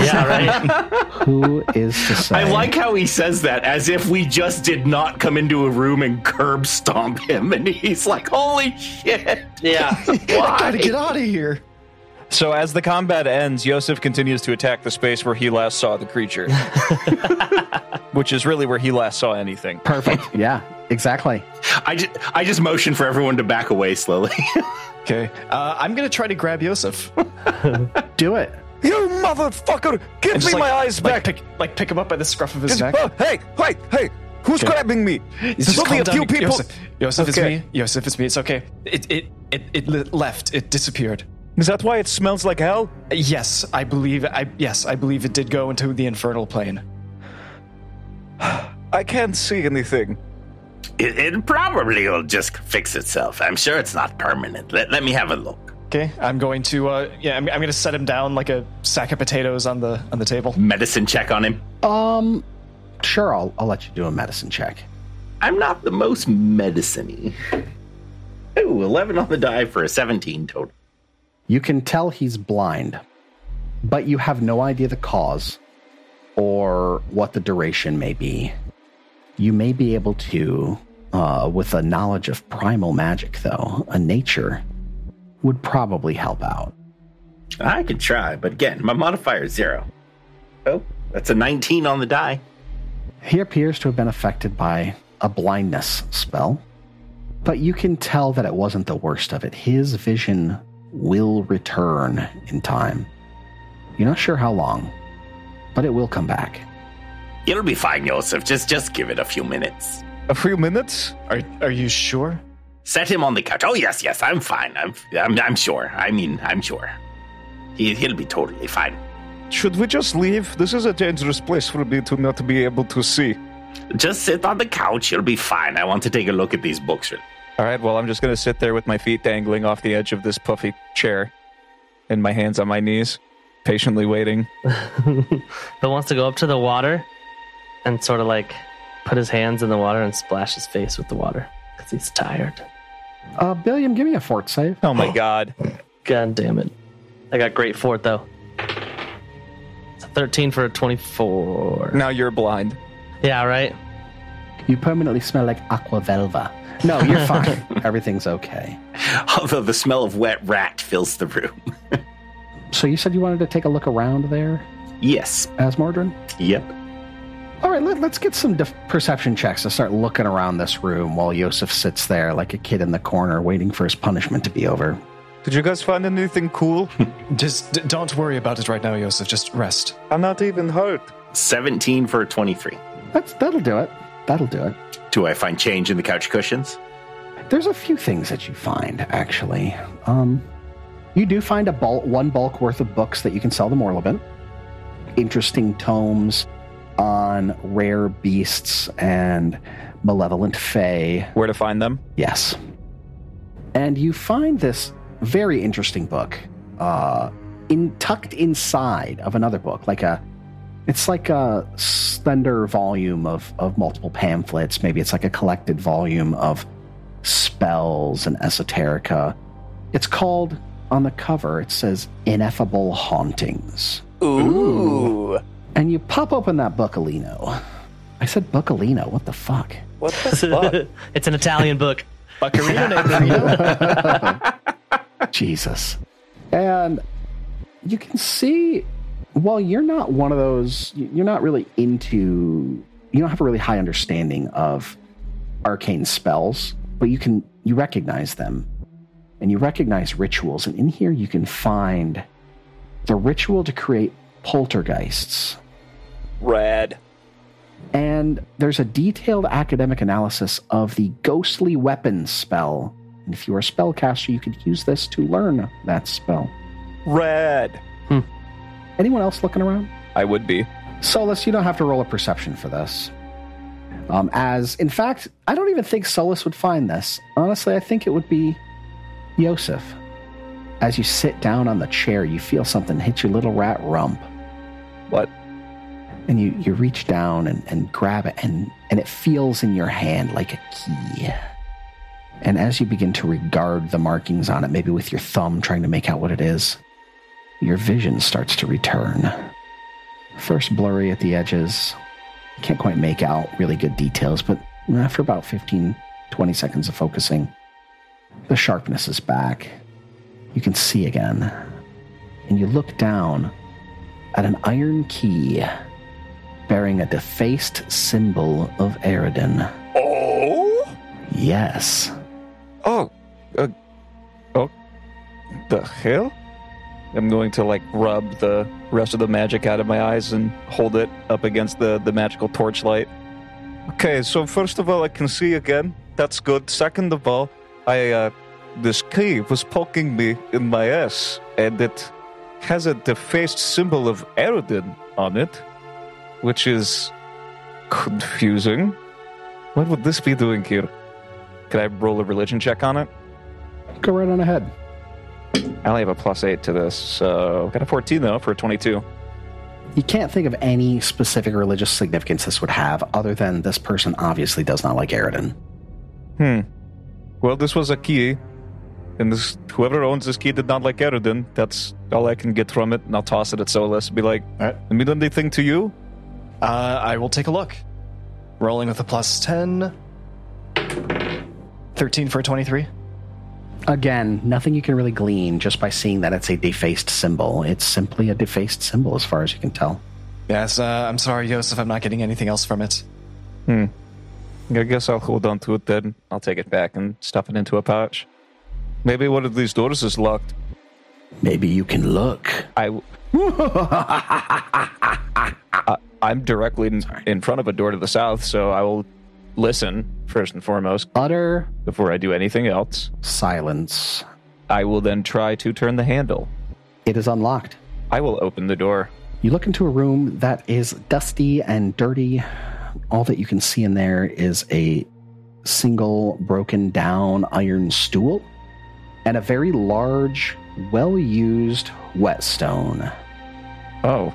Speaker 5: Yeah. Right.
Speaker 2: Who is to say?
Speaker 6: *laughs* I like how he says that as if we just did not come into a room and curb stomp him, and he's like, "Holy shit!"
Speaker 5: *laughs* yeah.
Speaker 4: I gotta get out of here.
Speaker 3: So as the combat ends, Yosef continues to attack the space where he last saw the creature. Which is really where he last saw anything.
Speaker 2: perfect. yeah, exactly.
Speaker 6: *laughs* I just, I just motioned for everyone to back away slowly. *laughs*
Speaker 4: Okay. Uh, I'm gonna try to grab Yosef.
Speaker 2: Do it.
Speaker 3: You motherfucker! Give
Speaker 4: Just, like- like, Pick, like pick him up by the scruff of his neck.
Speaker 3: uh, hey, hey, hey! Who's grabbing me?
Speaker 4: It's just calm down, Yosef, Yosef
Speaker 3: Okay.
Speaker 4: it's me. Yosef, it's me. It's okay. It it it, it le- left. It disappeared.
Speaker 3: Is that why it smells like hell?
Speaker 4: Uh, Yes, I believe. I yes, I believe it did go into the infernal plane.
Speaker 3: I can't see anything.
Speaker 6: It, it probably will just fix itself. I'm sure it's not permanent. Let, let me have a look.
Speaker 4: Okay, I'm going to uh, yeah, I'm, I'm going to set him down like a sack of potatoes on the on the table.
Speaker 6: Medicine check on him.
Speaker 2: Um, sure, I'll, I'll let you do a medicine check.
Speaker 6: I'm not the most medicine-y. Ooh, 11 on the die for a 17 total.
Speaker 2: You can tell he's blind, but you have no idea the cause or what the duration may be. You may be able to, uh, with a knowledge of primal magic, though, a nature would probably help out.
Speaker 6: I could try, but again, my modifier is zero. Oh, that's a 19 on the die.
Speaker 2: He appears to have been affected by a blindness spell, but you can tell that it wasn't the worst of it. His vision will return in time. You're not sure how long, but it will come back.
Speaker 6: It'll be fine, Joseph. Just just give it a few minutes.
Speaker 3: A few minutes?
Speaker 4: Are are you sure?
Speaker 6: Set him on the couch. Oh yes, yes, I'm fine. I'm I'm, I'm sure. I mean, I'm sure. He, he'll be totally fine.
Speaker 3: Should we just leave? This is a dangerous place for me to not be able to see.
Speaker 6: Just sit on the couch. You'll be fine. I want to take a look at these books. *laughs*
Speaker 3: All right, well, I'm just going to sit there with my feet dangling off the edge of this puffy chair and my hands on my knees, patiently waiting.
Speaker 5: But wants to go up to the water and sort of like put his hands in the water and splash his face with the water because he's tired.
Speaker 2: Uh, Billiam, give me a fort save.
Speaker 3: Oh *gasps* my god.
Speaker 5: God damn it. I got great fort though. It's a 13 for a 24.
Speaker 3: Now you're blind.
Speaker 5: Yeah, right?
Speaker 2: You permanently smell like aqua velva. No, you're fine. Everything's okay.
Speaker 6: Although the smell of wet rat fills the room. *laughs*
Speaker 2: So you said you wanted to take a look around there,
Speaker 6: Yes.
Speaker 2: Asmordran?
Speaker 6: Yep.
Speaker 2: All right, let, us get some def- perception checks to start looking around this room while Yosef sits there like a kid in the corner waiting for his punishment to be over.
Speaker 3: Did you guys find anything cool?
Speaker 4: Just d- don't worry about it right now, Yosef. Just rest.
Speaker 3: I'm not even hurt.
Speaker 6: 17 for a 23.
Speaker 2: That's that'll do it. That'll do it.
Speaker 6: Do I find change in the couch cushions?
Speaker 2: There's a few things that you find actually. Um, you do find a bulk, one bulk worth of books that you can sell to Morlabin. Interesting tomes on rare beasts and malevolent fae.
Speaker 3: Where to find them?
Speaker 2: Yes. And you find this very interesting book uh, in, tucked inside of another book, like a. It's like a slender volume of, of multiple pamphlets. Maybe it's like a collected volume of spells and esoterica. It's called, on the cover, it says Ineffable Hauntings.
Speaker 3: Ooh.
Speaker 2: And you pop open that Buccolino. I said Buccolino. What the fuck?
Speaker 3: What
Speaker 5: *laughs* it's an Italian book. *laughs*
Speaker 2: Jesus. And you can see, well, you're not one of those, you're not really into, you don't have a really high understanding of arcane spells, but you can, you recognize them and you recognize rituals. And in here, you can find the ritual to create poltergeists.
Speaker 3: Rad.
Speaker 2: And there's a detailed academic analysis of the ghostly weapon spell. And if you are a spellcaster, you could use this to learn that spell.
Speaker 3: Rad.
Speaker 2: Anyone else looking around?
Speaker 3: I would be.
Speaker 2: Solus, you don't have to roll a perception for this. Um, as in fact, I don't even think Solus would find this. Honestly, I think it would be Yosef. As you sit down on the chair, you feel something hit your little rat rump,
Speaker 3: What?
Speaker 2: and you, you reach down and, and grab it, and, and it feels in your hand like a key. And as you begin to regard the markings on it, maybe with your thumb trying to make out what it is, your vision starts to return. First blurry at the edges. Can't quite make out really good details, but after about 15, 20 seconds of focusing, the sharpness is back. You can see again. And you look down at an iron key bearing a defaced symbol of Eridan.
Speaker 3: Oh.
Speaker 2: Yes.
Speaker 3: Oh. Uh, oh. The hell? I'm going to like rub the rest of the magic out of my eyes and hold it up against the, the magical torchlight. Okay, so first of all, I can see again. That's good. Second of all, I uh, this key was poking me in my ass, and it has a defaced symbol of Eridan on it, which is confusing. What would this be doing here? Could I roll a religion check on it?
Speaker 2: Go right on ahead.
Speaker 3: I only have a plus eight to this, so got a 14 though for a 22.
Speaker 2: You can't think of any specific religious significance this would have other than this person obviously does not like Eridan.
Speaker 3: Hmm. Well, this was a key, and this whoever owns this key did not like Eridan. That's all I can get from it, and I'll toss it at Solus. Be like,
Speaker 4: All right.
Speaker 3: "Let me done anything to you?"
Speaker 4: Uh, I will take a look. Rolling with a plus 10. 13 for a 23.
Speaker 2: Again, nothing you can really glean just by seeing that it's a defaced symbol. It's simply a defaced symbol as far as you can tell.
Speaker 4: Yes, uh, I'm sorry, Joseph. I'm not getting anything else from it.
Speaker 3: I guess I'll hold on to it then. I'll take it back and stuff it into a pouch. Maybe one of these doors is locked.
Speaker 7: Maybe you can look.
Speaker 3: I. w- *laughs* I- I'm directly in, in front of a door to the south, so I will listen first and foremost
Speaker 2: Utter
Speaker 3: before I do anything else.
Speaker 2: silence.
Speaker 3: I will then try to turn the handle.
Speaker 2: It is unlocked.
Speaker 3: I will open the door.
Speaker 2: You look into a room that is dusty and dirty. All that you can see in there is a single broken down iron stool and a very large, well used whetstone.
Speaker 3: Oh.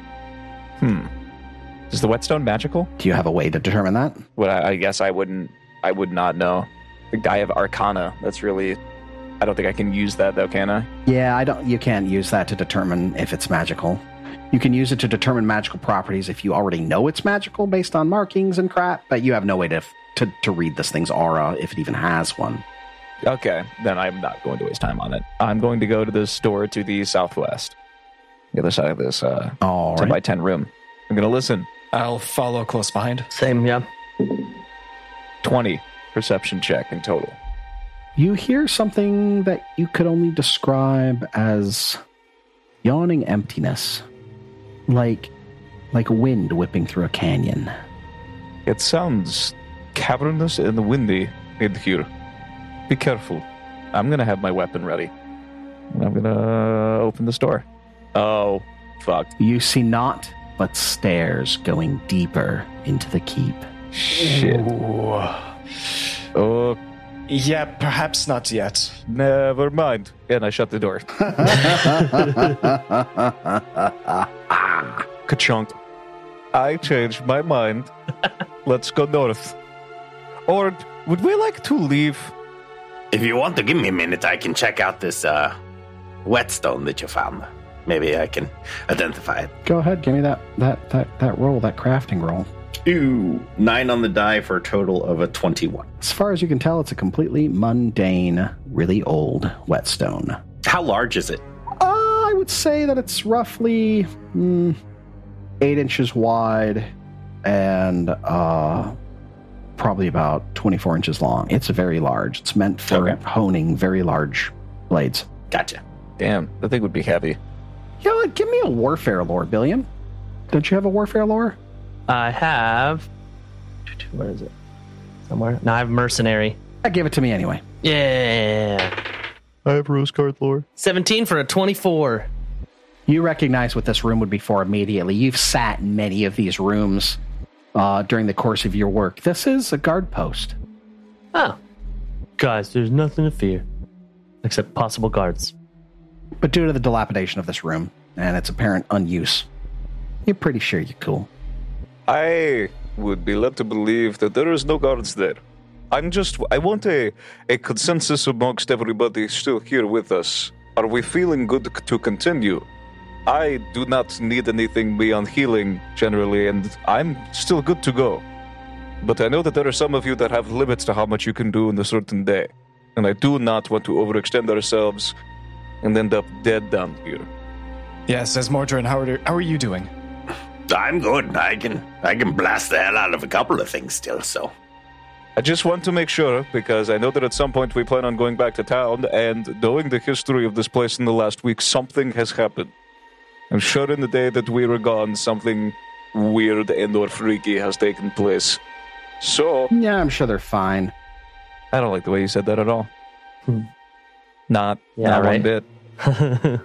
Speaker 3: Hmm. Is the whetstone magical?
Speaker 2: Do you have a way to determine that?
Speaker 3: Well, I, I guess I wouldn't. I would not know. Like, I have Arcana. That's really. I don't think I can use that though, can I?
Speaker 2: Yeah, I don't you can't use that to determine if it's magical. You can use it to determine magical properties if you already know it's magical based on markings and crap, but you have no way to to, to read this thing's aura if it even has one.
Speaker 3: Okay, then I'm not going to waste time on it. I'm going to go to this door to the southwest, the other side of this uh,
Speaker 2: All
Speaker 3: 10
Speaker 2: right.
Speaker 3: by 10 room. I'm going to listen.
Speaker 4: I'll follow close behind.
Speaker 5: Same, yeah.
Speaker 3: 20 perception check in total.
Speaker 2: You hear something that you could only describe as yawning emptiness. Like like wind whipping through a canyon.
Speaker 3: It sounds cavernous and windy in here. Be careful. I'm going to have my weapon ready. And I'm going to open this door. Oh, fuck.
Speaker 2: You see not but stairs going deeper into the keep.
Speaker 3: Shit. Oh,
Speaker 4: Yeah, perhaps not yet.
Speaker 3: never mind. And I shut the door. Ka-chunk. I changed my mind. Let's go north. Or would we like to leave?
Speaker 6: If you want to give me a minute, I can check out this uh, whetstone that you found. Maybe I can identify it.
Speaker 2: Go ahead, give me that that that that roll, that crafting roll.
Speaker 6: Two. Nine on the die for a total of a 21.
Speaker 2: As far as you can tell, it's a completely mundane, really old whetstone.
Speaker 6: How large is it?
Speaker 2: Uh, I would say that it's roughly mm, eight inches wide and uh, probably about 24 inches long. It's very large. It's meant for
Speaker 6: Okay.
Speaker 2: honing very large blades.
Speaker 6: Gotcha.
Speaker 3: Damn, that thing would be heavy.
Speaker 2: You know what? Give me a warfare lore, Billion. Don't you have a warfare lore?
Speaker 5: I have. Where is it? Somewhere. No, I have mercenary.
Speaker 2: I Uh, give it to me anyway.
Speaker 5: Yeah.
Speaker 3: I have rose card lore.
Speaker 5: 17 for a 24.
Speaker 2: You recognize what this room would be for immediately. You've sat in many of these rooms uh, during the course of your work. This is a guard post.
Speaker 5: Oh. Guys, there's nothing to fear. Except possible guards.
Speaker 2: But due to the dilapidation of this room and its apparent unuse, you're pretty sure you're cool.
Speaker 3: I would be led to believe that there is no guards there. I'm just. I want a, a consensus amongst everybody still here with us. Are we feeling good c- to continue? I do not need anything beyond healing generally, and I'm still good to go. But I know that there are some of you that have limits to how much you can do in a certain day, and I do not want to overextend ourselves and end up dead down here.
Speaker 4: Yes, as Mordrin, how are, how are you doing?
Speaker 6: I'm good. I can I can blast the hell out of a couple of things still, so.
Speaker 3: I just want to make sure because I know that at some point we plan on going back to town, and knowing the history of this place in the last week, something has happened. I'm sure in the day that we were gone, something weird and or freaky has taken place. So
Speaker 2: Yeah, I'm sure they're fine.
Speaker 3: I don't like the way you said that at all. Not
Speaker 5: Yeah,
Speaker 3: not one
Speaker 5: right.
Speaker 3: bit.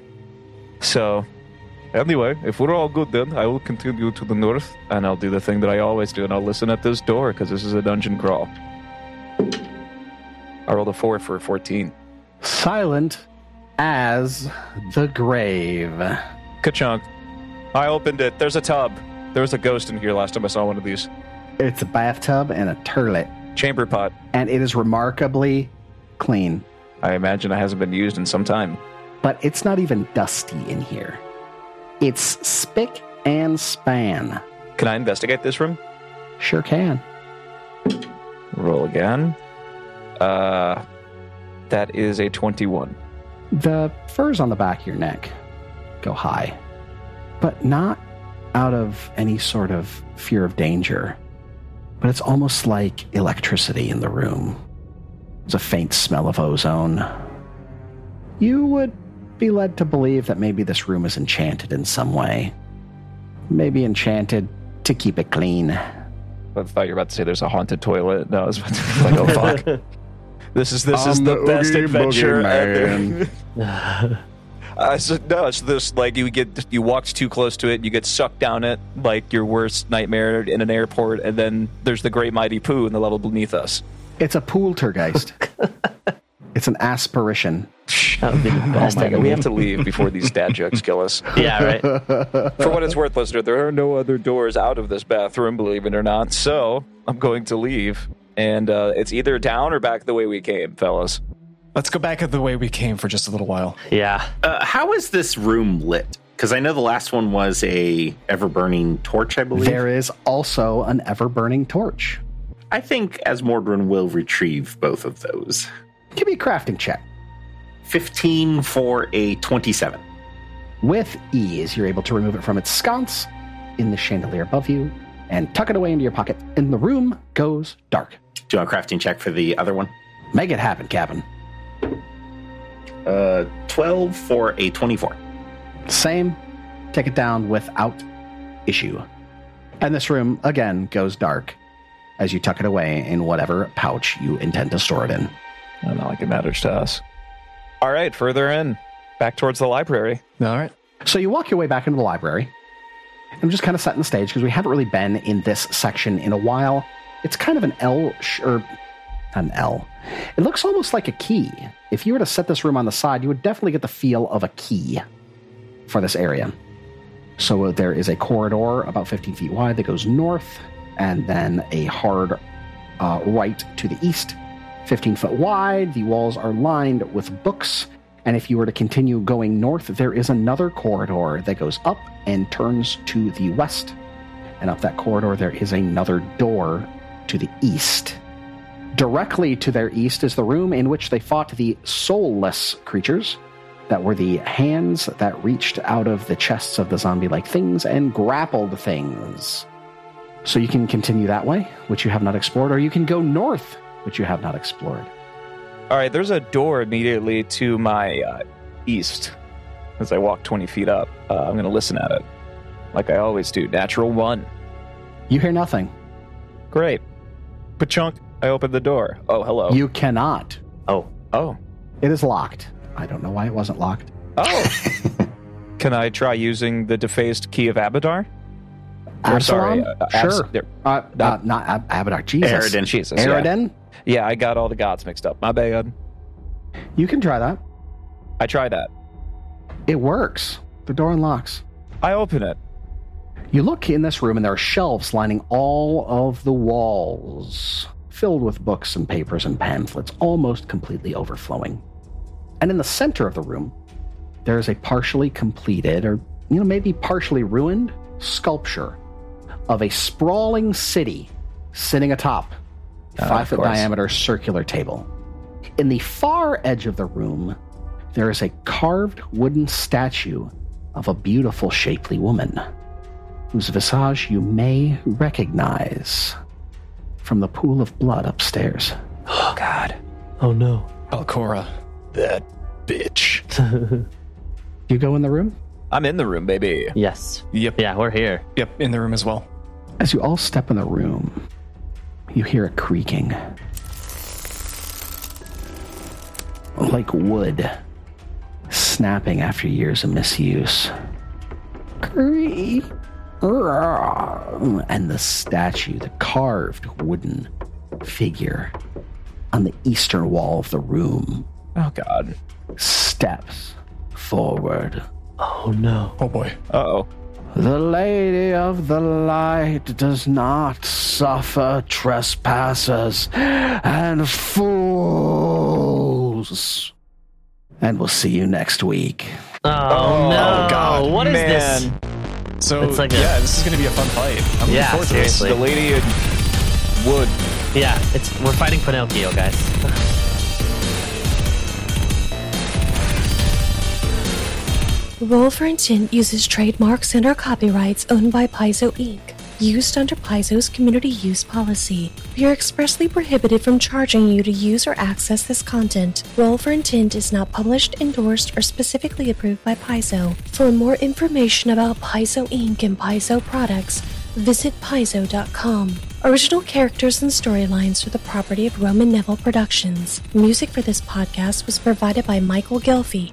Speaker 3: so Anyway, if we're all good, then I will continue to the north, and I'll do the thing that I always do, and I'll listen at this door because this is a dungeon crawl. I rolled a four for a fourteen.
Speaker 2: Silent as the grave.
Speaker 3: Kachunk. I opened it. There's a tub. There was a ghost in here last time I saw one of these.
Speaker 2: It's a bathtub and a turlet,
Speaker 3: Chamber pot.
Speaker 2: and it is remarkably clean.
Speaker 3: I imagine it hasn't been used in some time.
Speaker 2: but it's not even dusty in here. It's spick and span.
Speaker 3: Can I investigate this room?
Speaker 2: Sure can.
Speaker 3: Roll again. Uh, that is a 21.
Speaker 2: The furs on the back of your neck go high, but not out of any sort of fear of danger. But it's almost like electricity in the room. There's a faint smell of ozone. You would be led to believe that maybe this room is enchanted in some way. Maybe enchanted to keep it clean.
Speaker 3: I thought you were about to say there's a haunted toilet. No, I was about to be
Speaker 2: *laughs*
Speaker 3: like, oh fuck. This is this is
Speaker 2: I'm
Speaker 3: the
Speaker 2: the
Speaker 3: best
Speaker 2: Oogie
Speaker 3: adventure
Speaker 2: Boogie
Speaker 3: ever.
Speaker 2: Man.
Speaker 3: *laughs* I said no, it's this like you get you walked too close to it, you get sucked down it like your worst nightmare in an airport, and then there's the great mighty poo in the level beneath us.
Speaker 2: It's a pooltergeist. it's an aspiration.
Speaker 5: That would be
Speaker 3: *laughs*
Speaker 5: the best.
Speaker 3: Like, Oh we have to leave before these dad jokes kill us.
Speaker 5: yeah,
Speaker 3: *laughs*
Speaker 5: right.
Speaker 3: For what it's worth, listener, there are no other doors out of this bathroom, believe it or not. So I'm going to leave, and uh, it's either down or back the way we came, fellas.
Speaker 4: Let's go back the way we came for just a little while.
Speaker 5: Yeah.
Speaker 6: Uh, how is this room lit? Because I know the last one was a ever burning torch, I believe.
Speaker 2: There is also an ever burning torch.
Speaker 6: I think as Mordrin will retrieve both of those.
Speaker 2: Give me a crafting check.
Speaker 6: Fifteen for a twenty-seven.
Speaker 2: With ease, you're able to remove it from its sconce in the chandelier above you and tuck it away into your pocket. And the room goes dark.
Speaker 6: Do a crafting check for the other one.
Speaker 2: Make it happen, Captain.
Speaker 6: Uh, twelve for a twenty-four.
Speaker 2: Same. Take it down without issue. And this room again goes dark as you tuck it away in whatever pouch you intend to store it in.
Speaker 3: Not like it matters to us. All right, further in, back towards the library.
Speaker 4: All right.
Speaker 2: So you walk your way back into the library. I'm just kind of setting the stage because we haven't really been in this section in a while. It's kind of an L, sh- or not an L. It looks almost like a key. If you were to set this room on the side, you would definitely get the feel of a key for this area. So there is a corridor about 15 feet wide that goes north, and then a hard uh, right to the east. 15 foot wide, the walls are lined with books. And if you were to continue going north, there is another corridor that goes up and turns to the west. And up that corridor, there is another door to the east. Directly to their east is the room in which they fought the soulless creatures that were the hands that reached out of the chests of the zombie like things and grappled things. So you can continue that way, which you have not explored, or you can go north, which you have not explored.
Speaker 3: All right, there's a door immediately to my uh, east. As I walk 20 feet up, uh, I'm going to listen at it, like I always do. Natural one.
Speaker 2: You hear nothing.
Speaker 3: Great. Pachunk, I open the door. Oh, hello.
Speaker 2: You cannot.
Speaker 6: Oh,
Speaker 3: oh.
Speaker 2: It is locked. I don't know why it wasn't locked.
Speaker 3: Oh. Can I try using the defaced key of Abadar? Or, sorry,
Speaker 2: Absalom?
Speaker 3: uh, Abs-
Speaker 2: sure.
Speaker 3: there-
Speaker 2: Uh, uh, not Ab- Abadar. Jesus.
Speaker 6: Aridin.
Speaker 3: Jesus. Yeah.
Speaker 2: Aridin?
Speaker 3: yeah, I got all the gods mixed up. My bad.
Speaker 2: You can try that.
Speaker 3: I tried that.
Speaker 2: It works. The door unlocks.
Speaker 3: I open it.
Speaker 2: You look in this room, and there are shelves lining all of the walls, filled with books and papers and pamphlets, almost completely overflowing. And in the center of the room, there is a partially completed, or you know, maybe partially ruined sculpture of a sprawling city sitting atop
Speaker 3: Ah, of
Speaker 2: five foot
Speaker 3: course.
Speaker 2: diameter circular table. In the far edge of the room, there is a carved wooden statue of a beautiful, shapely woman whose visage you may recognize from the pool of blood upstairs.
Speaker 5: Oh no.
Speaker 4: Alcora.
Speaker 3: That bitch.
Speaker 2: Do you go in the room?
Speaker 3: I'm in the room, baby.
Speaker 5: Yes.
Speaker 4: Yep.
Speaker 5: Yeah, we're here.
Speaker 4: Yep. In the room as well.
Speaker 2: As you all step in the room, you hear a creaking. Like wood snapping after years of misuse. Creak. And the statue, the carved wooden figure on the eastern wall of the room,
Speaker 3: Oh God.
Speaker 2: steps forward.
Speaker 4: Oh boy.
Speaker 3: Uh oh.
Speaker 2: The Lady of the Light does not suffer trespassers and fools. And we'll see you next week.
Speaker 5: Oh, no!
Speaker 4: God,
Speaker 5: what is
Speaker 3: Man,
Speaker 5: this?
Speaker 4: So
Speaker 5: It's like a-
Speaker 4: yeah, this is gonna be a fun fight. I'm
Speaker 5: Yeah,
Speaker 4: looking forward to this.
Speaker 5: seriously.
Speaker 3: The lady in wood.
Speaker 5: Yeah, it's we're fighting Pinocchio, guys.
Speaker 8: Roll for Intent uses trademarks and our copyrights owned by Paizo Inc., used under Paizo's community use policy. We are expressly prohibited from charging you to use or access this content. Roll for Intent is not published, endorsed, or specifically approved by Paizo. For more information about Paizo Inc. and Paizo products, visit paizo.com. Original characters and storylines are the property of Roman Neville Productions. Music for this podcast was provided by Michael Gelfie.